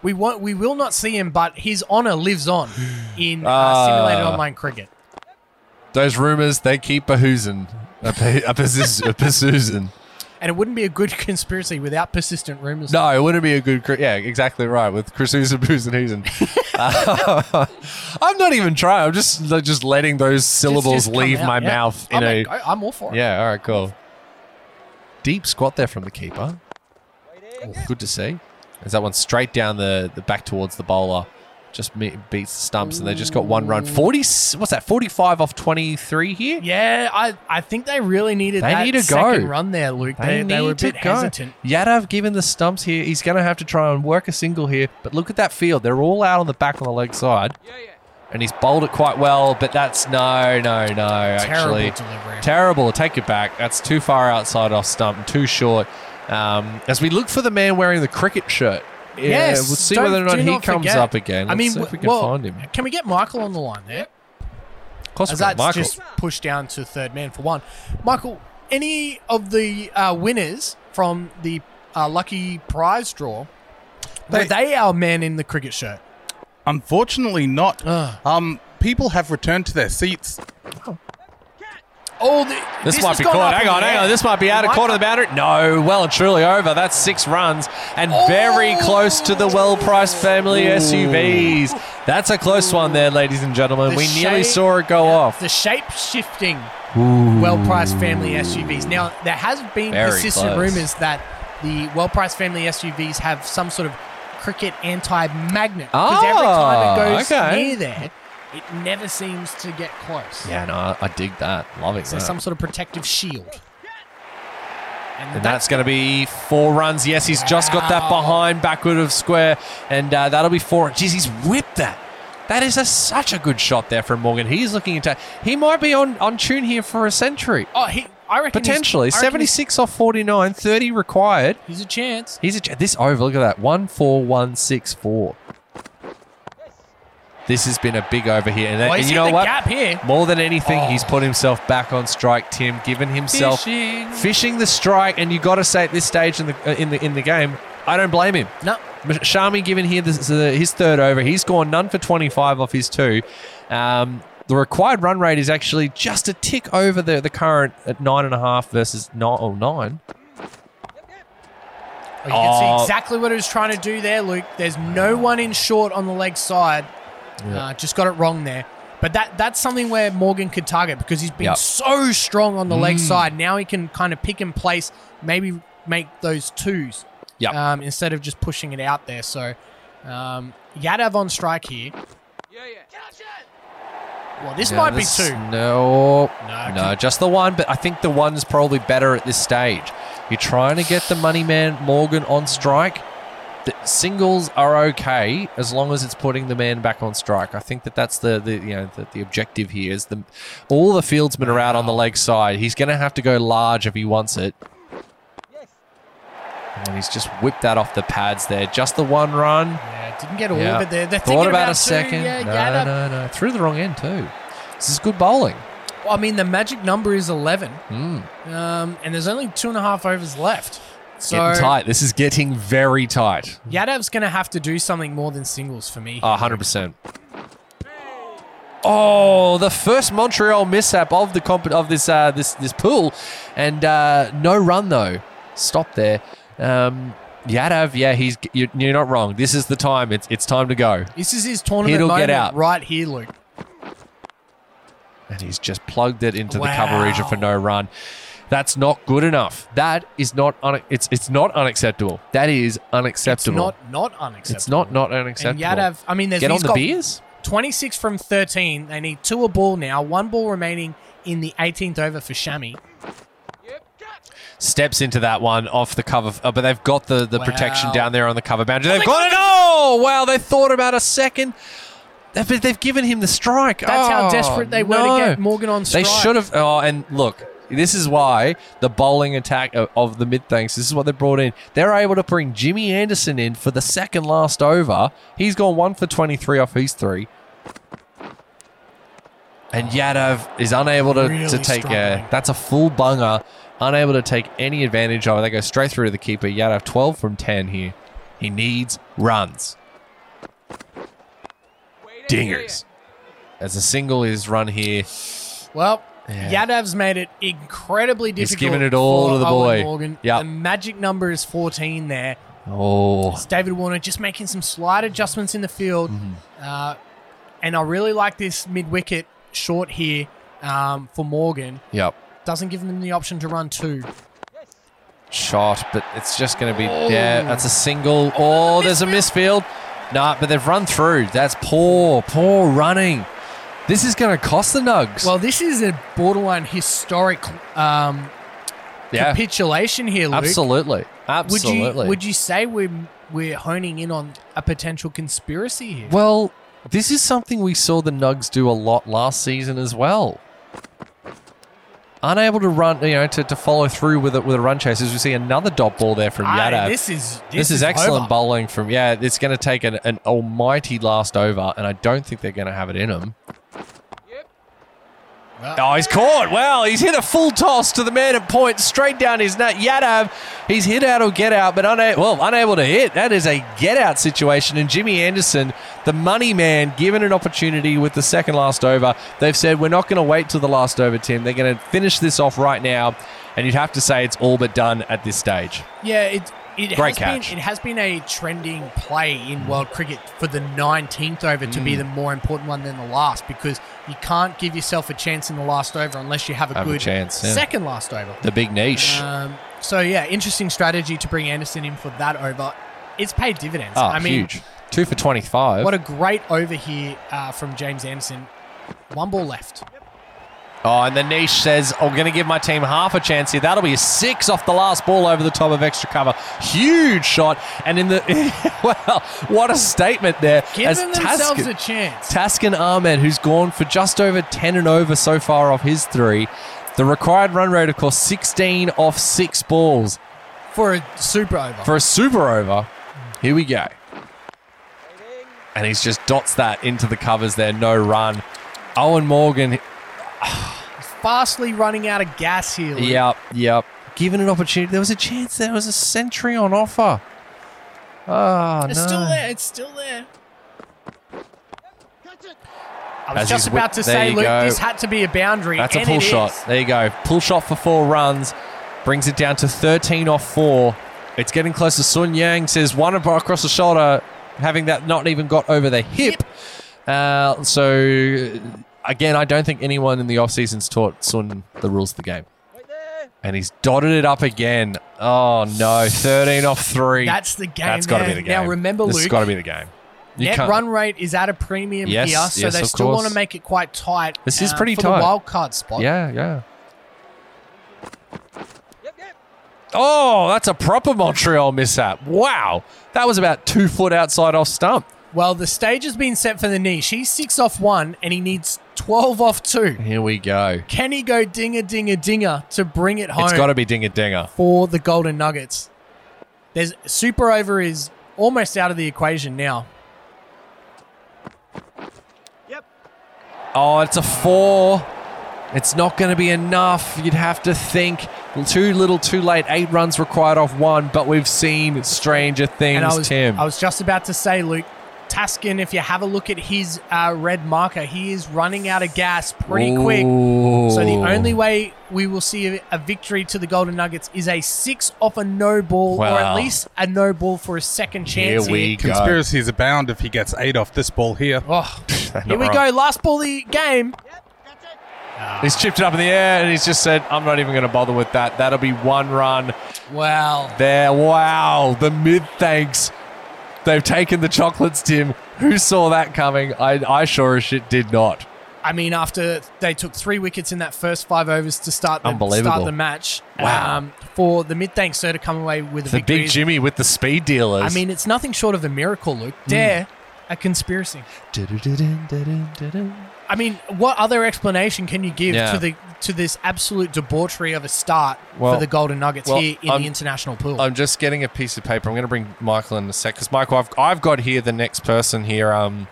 S3: we won't, we will not see him, but his honor lives on in uh,
S1: Ah.
S3: simulated online cricket.
S1: Those rumors, they keep behoozing. A, pe- a, persis- a persusin.
S3: And it wouldn't be a good conspiracy without persistent rumors.
S1: No, it wouldn't be a good. Cri- yeah, exactly right. With Chrisusa, Boozin, Hoozin. Uh, I'm not even trying. I'm just like, just letting those
S3: Just-
S1: syllables
S3: just come
S1: leave
S3: out,
S1: my
S3: yeah.
S1: mouth in
S3: I'm,
S1: a.
S3: a- I'm all for it.
S1: yeah, all right, cool. Deep squat there from the keeper.
S4: Wait.
S1: Good to see. As that one straight down the, the back towards the bowler. Just me- beats the stumps, and they just got one run. Forty. What's that? Forty-five off twenty-three here.
S3: Yeah, I, I think they really needed
S1: They
S3: that
S1: need to
S3: second
S1: go.
S3: run there, Luke. They, they, were a bit hesitant.
S1: Yadav given the stumps here. He's going to have to try and work a single here. But look at that field. They're all out on the back on the leg side.
S4: Yeah, yeah.
S1: And he's bowled it quite well. But that's no, no, no,
S3: Terrible
S1: actually.
S3: delivery.
S1: Terrible. Take it back. That's too far outside off stump and too short. Um, as we look for the man wearing the cricket shirt. Yeah,
S3: yes.
S1: We'll see
S3: don't-
S1: whether or not
S3: do
S1: he comes
S3: forget.
S1: up again.
S3: I mean,
S1: Let's see if we can
S3: well,
S1: find him. Of
S3: Can we get Michael on the line there?
S1: course, we've
S3: As
S1: got
S3: that's
S1: Michael.
S3: just pushed down to third man for one. Michael, any of the uh, winners from the uh, lucky prize draw, were
S2: They-
S3: they our man in the cricket shirt?
S2: Unfortunately, not.
S3: Ugh.
S2: Um, people have returned to their seats.
S3: Oh, the,
S1: This,
S3: this
S1: might
S3: has
S1: be
S3: gone
S1: caught.
S3: up
S1: Hang
S3: in
S1: on,
S3: the
S1: hang
S3: air.
S1: on. This might be out of
S3: Might
S1: quarter of the boundary. No, well and truly over. That's six runs and
S3: Oh!
S1: very close to the well-priced family SUVs. That's a close one there, ladies and gentlemen.
S3: The
S1: we nearly
S3: shape-
S1: saw it go
S3: yeah,
S1: off.
S3: The shape shifting well priced family SUVs. Now, there has been
S1: Very
S3: persistent
S1: close.
S3: rumors that the well priced family SUVs have some sort of cricket anti magnet. Because every time
S1: Oh,
S3: it goes
S1: okay.
S3: near there, it never seems to get close.
S1: Yeah, no, I, I dig that. Loving
S3: So,
S1: that.
S3: some sort of protective shield.
S1: and that's going to be four runs. Yes, he's just got that
S3: Wow.
S1: behind backward of square, and uh, that'll be four. Jeez, he's whipped that. That is a, such a good shot there from Morgan. He's looking into. He might be on on tune here for a century.
S3: Oh, he, I reckon. he's-
S1: Potentially.
S3: I reckon
S1: 76 off 49, 30 required.
S3: He's, he's a chance.
S1: He's a, ch- this over, look at that. 14164. This has been a big over here. And, that-
S3: Oh,
S1: and
S3: he's
S1: you
S3: hit
S1: know
S3: the
S1: what?
S3: gap Oh. here.
S1: More than anything, he's put himself back on strike, Tim, giving himself
S3: Fishing.
S1: fishing the strike. And you got to say at this stage in the, uh, in the in the game, I don't blame him.
S3: No.
S1: Shami giving here this, uh, his third over. He's gone none for 25 off his two. Um, the required run rate is actually just a tick over the, the current at nine and a half versus nine. Oh, nine.
S3: Oh, you can
S1: Oh.
S3: see exactly what he was trying to do there, Luke. There's no one in short on the leg side. Uh, just got it wrong there. But that that's something where Morgan could target because he's been
S1: Yep.
S3: so strong on the
S1: Mm.
S3: leg side. Now he can kind of pick and place, maybe make those twos
S1: Yep.
S3: um, instead of just pushing it out there. So um, Yadav on strike here.
S4: Yeah, yeah.
S3: Well, this
S1: No,
S3: might be
S1: this-
S3: two.
S1: No,
S3: No,
S1: no,
S3: okay.
S1: just the one. But I think the one's probably better at this stage. You're trying to get the money man Morgan on strike. The singles are okay as long as it's putting the man back on strike. I think that that's the, the you know the, the objective here is the all the fieldsmen are out on the leg side. He's going to have to go large if he wants it. And he's just whipped that off the pads there. Just the one run.
S3: Yeah, didn't get all
S1: Yeah.
S3: of it there. They're thinking
S1: Thought about,
S3: two.
S1: a second.
S3: Yeah,
S1: no,
S3: Yadav.
S1: no, no. Threw the wrong end too. This is good bowling.
S3: Well, I mean, the magic number is 11,
S1: Mm.
S3: um, and there's only two and a half overs left. So
S1: getting tight. This is getting very tight.
S3: Yadav's going to have to do something more than singles for me.
S1: A hundred percent. Oh, the first Montreal mishap of the comp- of this uh, this this pool, and uh, no run though. Stop there. Um, Yadav, yeah, he's you're, you're not wrong. This is the time. It's it's time to go.
S3: this is his tournament
S1: He'll get
S3: moment
S1: out.
S3: right here, Luke.
S1: And he's just plugged it into the
S3: Wow.
S1: cover region for no run. That's not good enough. That is not un- it's it's not unacceptable. That is
S3: It's
S1: unacceptable.
S3: not not unacceptable.
S1: It's not not
S3: And
S1: unacceptable.
S3: Yadav, I mean, there's
S1: Get on
S3: he's
S1: the
S3: got
S1: beers.
S3: 26 from 13. They need two a ball now. One ball remaining in the 18th over for Shami.
S1: steps into that one off the cover, uh, but they've got the, the protection
S3: Wow.
S1: down there on the cover boundary. They've got it. Oh, wow. They thought about a second. They've, they've given him the strike.
S3: That's how
S1: Oh,
S3: desperate they were to get
S1: no.
S3: Morgan on strike.
S1: They should have. Oh, and look, this is why the bowling attack of, of the mid thanks. This is what they brought in. They're able to bring Jimmy Anderson in for the second last over. He's gone one for twenty three off his three. And Yadav is unable to, to
S3: Really
S1: take
S3: struggling.
S1: a. That's a full bunger. Unable to take any advantage of it. They go straight through to the keeper. Yadav 12 from 10 here. He needs runs
S4: Wait it,
S1: dingers. As a single is run here,
S3: Well,
S1: Yeah.
S3: Yadav's made it incredibly
S1: He's
S3: difficult.
S1: given it all
S3: for
S1: to the
S3: Owen
S1: boy.
S3: Morgan.
S1: Yep.
S3: The magic number is 14 there.
S1: oh,
S3: It's David Warner just making some slight adjustments in the field.
S1: Mm-hmm.
S3: Uh, and I really like this mid wicket short here um, for Morgan.
S1: yep,
S3: Doesn't give him the option to run two.
S1: Oh, shot, but it's just going to be yeah. That's a single. Oh, there's a misfield. Nah, but they've run through. That's poor, poor running. This is going to cost the Nugs.
S3: Well, this is a borderline historic um,
S1: yeah,
S3: capitulation here, Luke.
S1: absolutely,
S3: Would you
S1: absolutely.
S3: would you say we're we're honing in on a potential conspiracy here?
S1: Well, this is something we saw the Nugs do a lot last season as well. Unable to run, you know, to, to follow through with it with a run chase, as we see another dot ball there from
S3: Aye,
S1: Yadav.
S3: this is this,
S1: This, is, excellent
S3: over.
S1: bowling from yeah. It's going to take an, an almighty last over, and I don't think they're going to have it in him.
S4: Yep.
S1: Oh, he's caught! Wow, he's hit a full toss to the man at point, straight down his nut. Yadav, he's hit out or get out, but una- well unable to hit. That is a get out situation. And Jimmy Anderson, the money man, given an opportunity with the second last over, they've said we're not going to wait till the last over, Tim. They're going to finish this off right now, and you'd have to say it's all but done at this stage.
S3: Yeah, it it
S1: Great
S3: has been
S1: catch.
S3: it has been a trending play in world cricket for the 19th over to
S1: Mm.
S3: be the more important one than the last because you can't give yourself a chance in the last over unless you have a
S1: Have a
S3: good
S1: chance, yeah.
S3: second last over.
S1: The big niche.
S3: Um, so yeah, interesting strategy to bring Anderson in for that over. It's paid dividends.
S1: Oh,
S3: I mean,
S1: huge. Two for 25.
S3: what a great over here uh, from James Anderson. One ball left.
S1: oh, and the niche says, I'm going to give my team half a chance here. That'll be a six off the last ball over the top of extra cover. Huge shot. And in the, wow, what a statement there. as
S3: Giving themselves
S1: Taskin-
S3: a chance.
S1: Taskin Ahmed, who's gone for just over 10 and over so far off his three. The required run rate, of course, 16 off six balls
S3: for a super over.
S1: for a super over. Here we go. And he's just dots that into the covers there. No run. Owen Morgan
S3: Fastly running out of gas here. Luke.
S1: Yep, yep. Given an opportunity, there was a chance there was a century on offer. Oh,
S3: It's
S1: no.
S3: still there. It's still there. I was
S1: As
S3: just
S1: he's wi-
S3: about
S1: there
S3: to say,
S1: you
S3: Luke,
S1: go.
S3: this had to be a boundary.
S1: That's a
S3: and
S1: pull
S3: it
S1: shot.
S3: is.
S1: There you go. Pull shot for four runs. Brings it down to 13 off four. It's getting close to Sun Yang. Says one ab- across the shoulder, having that not even got over the hip. Uh, so, again, I don't think anyone in the off season's taught Sun the rules of the game. And he's dotted it up again. Oh, no. 13 off three.
S3: That's the game.
S1: That's got to be
S3: man.
S1: the game.
S3: Now remember,
S1: this has
S3: Luke,
S1: got to be the game. You
S3: net
S1: can't-
S3: run rate is at a premium
S1: Yes,
S3: here, so
S1: yes,
S3: they
S1: of
S3: still want
S1: course.
S3: to make it quite tight.
S1: This is
S3: uh,
S1: pretty
S3: for
S1: tight.
S3: The wild card spot.
S1: Yeah, yeah.
S4: Yep, yep.
S1: Oh, that's a proper Montreal mishap. Wow. That was about two foot outside off stump.
S3: Well, the stage has been set for the niche. He's six off one, and he needs twelve off two.
S1: Here we go.
S3: Can he go dinger, dinger, dinger to bring it home?
S1: It's got to be Dinger Dinger.
S3: for the Golden Nuggets. There's super over is almost out of the equation now.
S1: Oh, it's a four. It's not going to be enough. You'd have to think. Too little, too late. Eight runs required off one, but we've seen stranger things,
S3: And I was
S1: Tim.
S3: I was just about to say, Luke Taskin. If you have a look at his uh, red marker, he is running out of gas pretty quick. So the only way we will see a, a victory to the Golden Nuggets is a six off a no ball, or
S1: Wow.
S3: at least a no ball for a second
S1: Here
S3: chance.
S1: we go.
S2: Conspiracies abound if he gets eight off this ball here.
S3: Oh, here we go. Last ball of the game.
S1: He's chipped it up in the air and he's just said, I'm not even going to bother with that. That'll be one run.
S3: Wow.
S1: There, wow, the mid thanks. They've taken the chocolates, Tim. Who saw that coming? I, I sure as shit did not.
S3: I mean, after they took three wickets in that first five overs to start the,
S1: Unbelievable.
S3: start the match,
S1: Wow.
S3: um, for the mid thanks sir to come away with a
S1: The
S3: victory.
S1: big
S3: is-
S1: Jimmy with the speed dealers.
S3: I mean, it's nothing short of a miracle, Luke.
S1: Mm.
S3: Dare a conspiracy. I mean, what other explanation can you give
S1: Yeah.
S3: to the to this absolute debauchery of a start
S1: Well-
S3: for the Golden Nuggets
S1: well,
S3: here in
S1: I'm-
S3: the international pool?
S1: I'm just getting a piece of paper. I'm going to bring Michael in a sec because Michael, I've, I've got here the next person here um,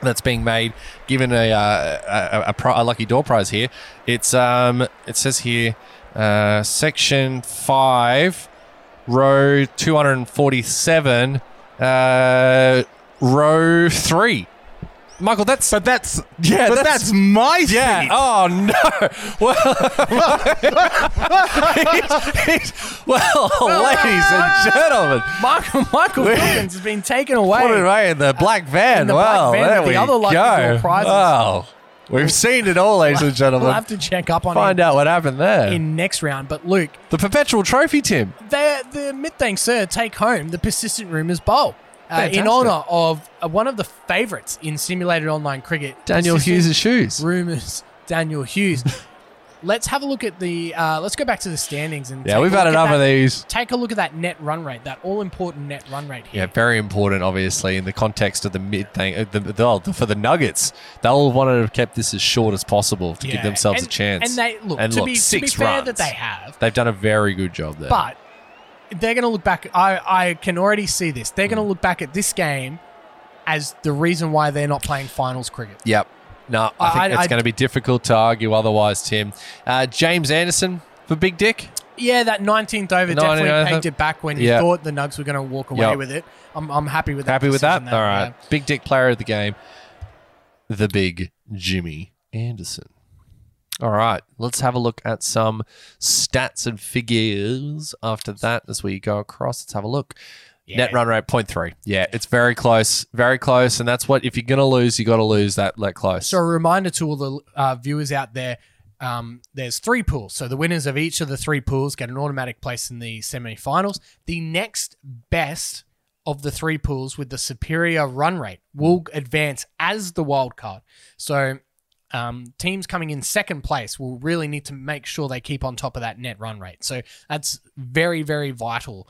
S1: that's being made, given a uh, a, a, pri a lucky door prize here. It's um it says here, uh, section five, row 247, uh, row three. Michael, that's
S2: But that's
S1: Yeah,
S2: but
S1: that's-
S2: that's, my
S1: yeah.
S2: seat.
S1: Oh no. Well, he's- he's- well, ladies and gentlemen,
S3: Michael Michael Wilkins has been taken away.
S1: put it away in the black van.
S3: In the black
S1: wow,
S3: van
S1: there
S3: with the
S1: we
S3: other lucky
S1: go.
S3: door prizes.
S1: Wow, we've seen it all, ladies and gentlemen.
S3: We'll have to check up on
S1: Find
S3: him
S1: out what happened there.
S3: in next round. But Luke,
S1: the perpetual trophy, Tim.
S3: They, the mid thanks sir take home the persistent rumors bowl. uh, in
S1: Fantastic.
S3: honor of uh, one of the favorites in simulated online cricket,
S1: Daniel Hughes' shoes.
S3: Rumors, Daniel Hughes. let's have a look at the. Uh, let's go back to the standings and
S1: Yeah,
S3: take a
S1: we've
S3: look
S1: had
S3: at
S1: enough
S3: that-
S1: of these.
S3: Take a look at that net run rate, that all important net run rate here.
S1: Yeah, very important, obviously, in the context of the mid thing. uh, The, the, oh, for the Nuggets, they'll want to have kept this as short as possible to give
S3: Yeah,
S1: themselves
S3: and-
S1: a chance.
S3: And they look,
S1: And
S3: to,
S1: look,
S3: be, to be
S1: six
S3: fair,
S1: runs.
S3: that they have,
S1: They've done a very good job there.
S3: but they're going to look back. I, I can already see this. They're
S1: Hmm.
S3: going to look back at this game as the reason why they're not playing finals cricket.
S1: Yep. No, I
S3: I-
S1: think
S3: I-
S1: it's
S3: I-
S1: going to be difficult to argue otherwise, Tim. Uh, James Anderson for Big Dick.
S3: Yeah, that 19th over
S1: 19th.
S3: definitely pegged it back when you
S1: Yeah.
S3: thought the Nugs were going to walk away
S1: Yep.
S3: with it. I'm, I'm happy with that.
S1: Happy with that?
S3: decision
S1: All
S3: there,
S1: right.
S3: yeah.
S1: Big Dick player of the game, the big Jimmy Anderson. All right. Let's have a look at some stats and figures after that as we go across. Let's have a look. Net run rate 0.3. Yeah, it's very close. Very close. And that's what, if you're going to lose, you got to lose that, that close.
S3: So a reminder to all the uh, viewers out there. Um, there's three pools. So the winners of each of the three pools get an automatic place in the semi-finals. The next best of the three pools with the superior run rate will advance as the wild card. So um, teams coming in second place will really need to make sure they keep on top of that net run rate. So that's very, very vital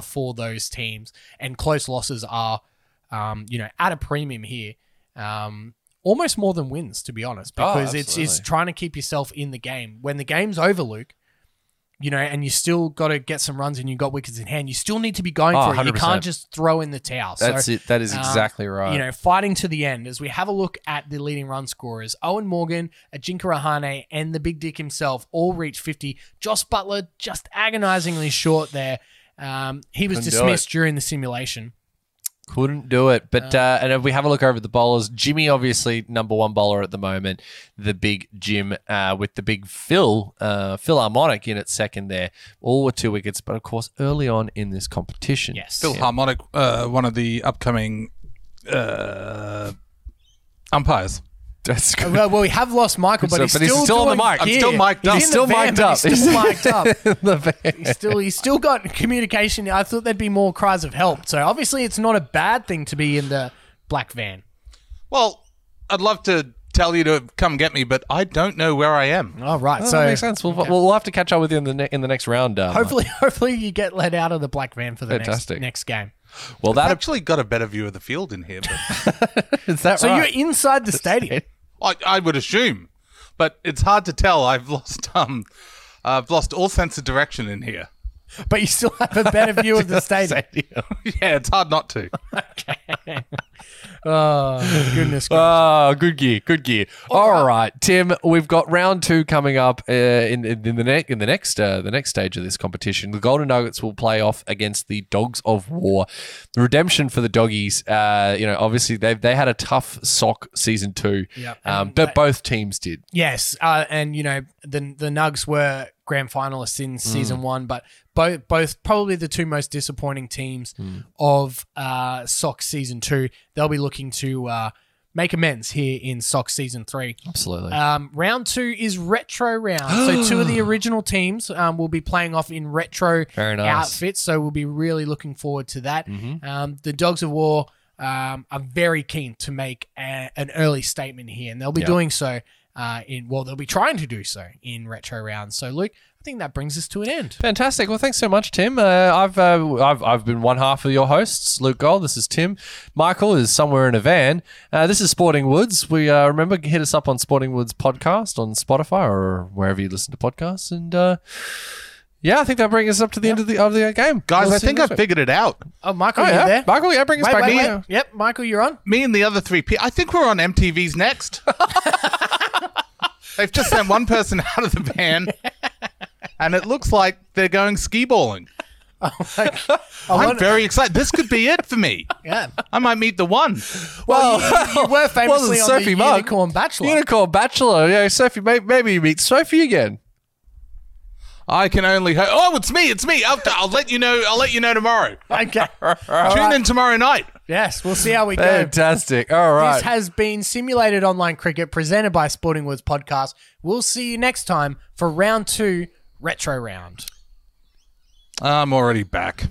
S1: Hmm.
S3: for those teams. And close losses are, um, you know, at a premium here. Um, almost more than wins, to be honest,
S1: Oh,
S3: because it's it's
S1: absolutely.
S3: trying to keep yourself in the game. When the game's over, Luke, you know, and you still got to get some runs and you got wickets in hand. You still need to be going
S1: Oh,
S3: for it. You
S1: 100%.
S3: can't just throw in the towel. So,
S1: that's it. That is
S3: um,
S1: exactly right.
S3: You know, fighting to the end as we have a look at the leading run scorers. Owen Morgan, Ajinka Rahane, and the big dick himself all reached 50. Joss Butler just agonizingly short there. Um, he was
S1: Couldn't do
S3: dismissed during the simulation.
S1: Couldn't do it. But uh, and if we have a look over the bowlers, Jimmy obviously number one bowler at the moment. The big Jim uh, with the big Phil uh, Phil Harmonic in at second there. All were two wickets, but of course early on in this competition,
S3: Yes.
S2: Phil Harmonic, uh, one of the upcoming uh, umpires.
S1: that's good.
S3: Well, well, we have lost Michael, but
S1: So-
S3: he's,
S1: but he's
S3: still
S1: still on the
S3: doing
S1: mic. I'm
S3: gear.
S2: still mic'd up.
S3: He's, in
S1: Still
S3: the van,
S1: mic'd
S3: but
S1: up.
S3: He's still mic'd up.
S1: The van.
S3: He's still, he's still got communication. I thought there'd be more cries of help. So obviously, it's not a bad thing to be in the black van.
S2: Well, I'd love to tell you to come get me, but I don't know where I am.
S3: All right.
S1: Oh,
S3: so
S1: that makes sense. We'll, we'll have to catch up with you in the ne- in the next round. Uh, Mike.
S3: Hopefully, hopefully you get let out of the black van for the next,
S1: Fantastic.
S3: next game.
S1: Well,
S2: I've
S1: that
S2: actually got a better view of the field in here, but
S1: is that
S3: So
S1: right?
S3: you're inside the stadium.
S2: I, I would assume. But it's hard to tell. I've lost um, I've lost all sense of direction in here.
S3: but you still have a better view of the stadium.
S2: yeah, it's hard not to.
S3: Oh, goodness. gracious.
S1: Oh, good gear, good gear. All right, Tim, we've got round two coming up uh, in, in in the next in the next uh, the next stage of this competition. The Golden Nuggets will play off against the Dogs of War. The redemption for the doggies. Uh, you know, obviously they they had a tough sock season two.
S3: Yeah.
S1: um, but both teams did.
S3: yes. Uh, and, you know, the, the Nugs were grand finalists in season one, but both, both probably the two most disappointing teams of uh, Sox season two. They'll be looking to uh, make amends here in Sox season three.
S1: Absolutely.
S3: Um, round two is retro round. so two of the original teams um, will be playing off in retro
S1: Very nice. Mm-hmm.
S3: outfits. So we'll be really looking forward to that. Um, the Dogs of War um, are very keen to make a, an early statement here, and they'll be
S1: Yeah.
S3: doing so. Uh, in well, they'll be trying to do so in retro round. So, Luke, I think that brings us to an end.
S1: Fantastic. Well, thanks so much, Tim. Uh, I've, uh, I've I've been one half of your hosts, Luke Gold. This is Tim. Michael is somewhere in a van. Uh, this is Sporting Woods. We uh, remember hit us up on Sporting Woods podcast on Spotify or wherever you listen to podcasts. And uh, yeah, I think that brings us up to the end of the of the game,
S2: Guys,
S1: We'll
S2: I
S1: see you
S2: think
S1: next
S2: I've
S1: week.
S2: figured it out.
S3: Oh, Michael,
S1: Oh,
S3: you
S1: yeah.
S3: there?
S1: Michael, yeah, bring us
S3: Wait,
S1: back
S3: wait,
S1: in.
S3: wait. Yep, Michael, you're on.
S2: Me and the other three people. I think we're on MTV's next. They've just sent one person out of the van, and it looks like they're going ski balling. Oh I'm very excited. This could be it for me.
S3: Yeah.
S2: I might meet the one.
S3: Well, you, you were famously
S1: wasn't
S3: on
S1: Sophie
S3: the
S1: Mugg.
S3: Unicorn Bachelor.
S1: Unicorn Bachelor. Yeah, Sophie. May- maybe you meet Sophie again.
S2: I can only hope. Oh, it's me! It's me! I'll, I'll let you know. I'll let you know tomorrow.
S3: okay.
S2: Tune in tomorrow night.
S3: Yes, we'll see how we go.
S1: Fantastic. All right.
S3: This has been Simulated Online Cricket presented by Sporting Woods Podcast. We'll see you next time for round two, retro round.
S2: I'm already back.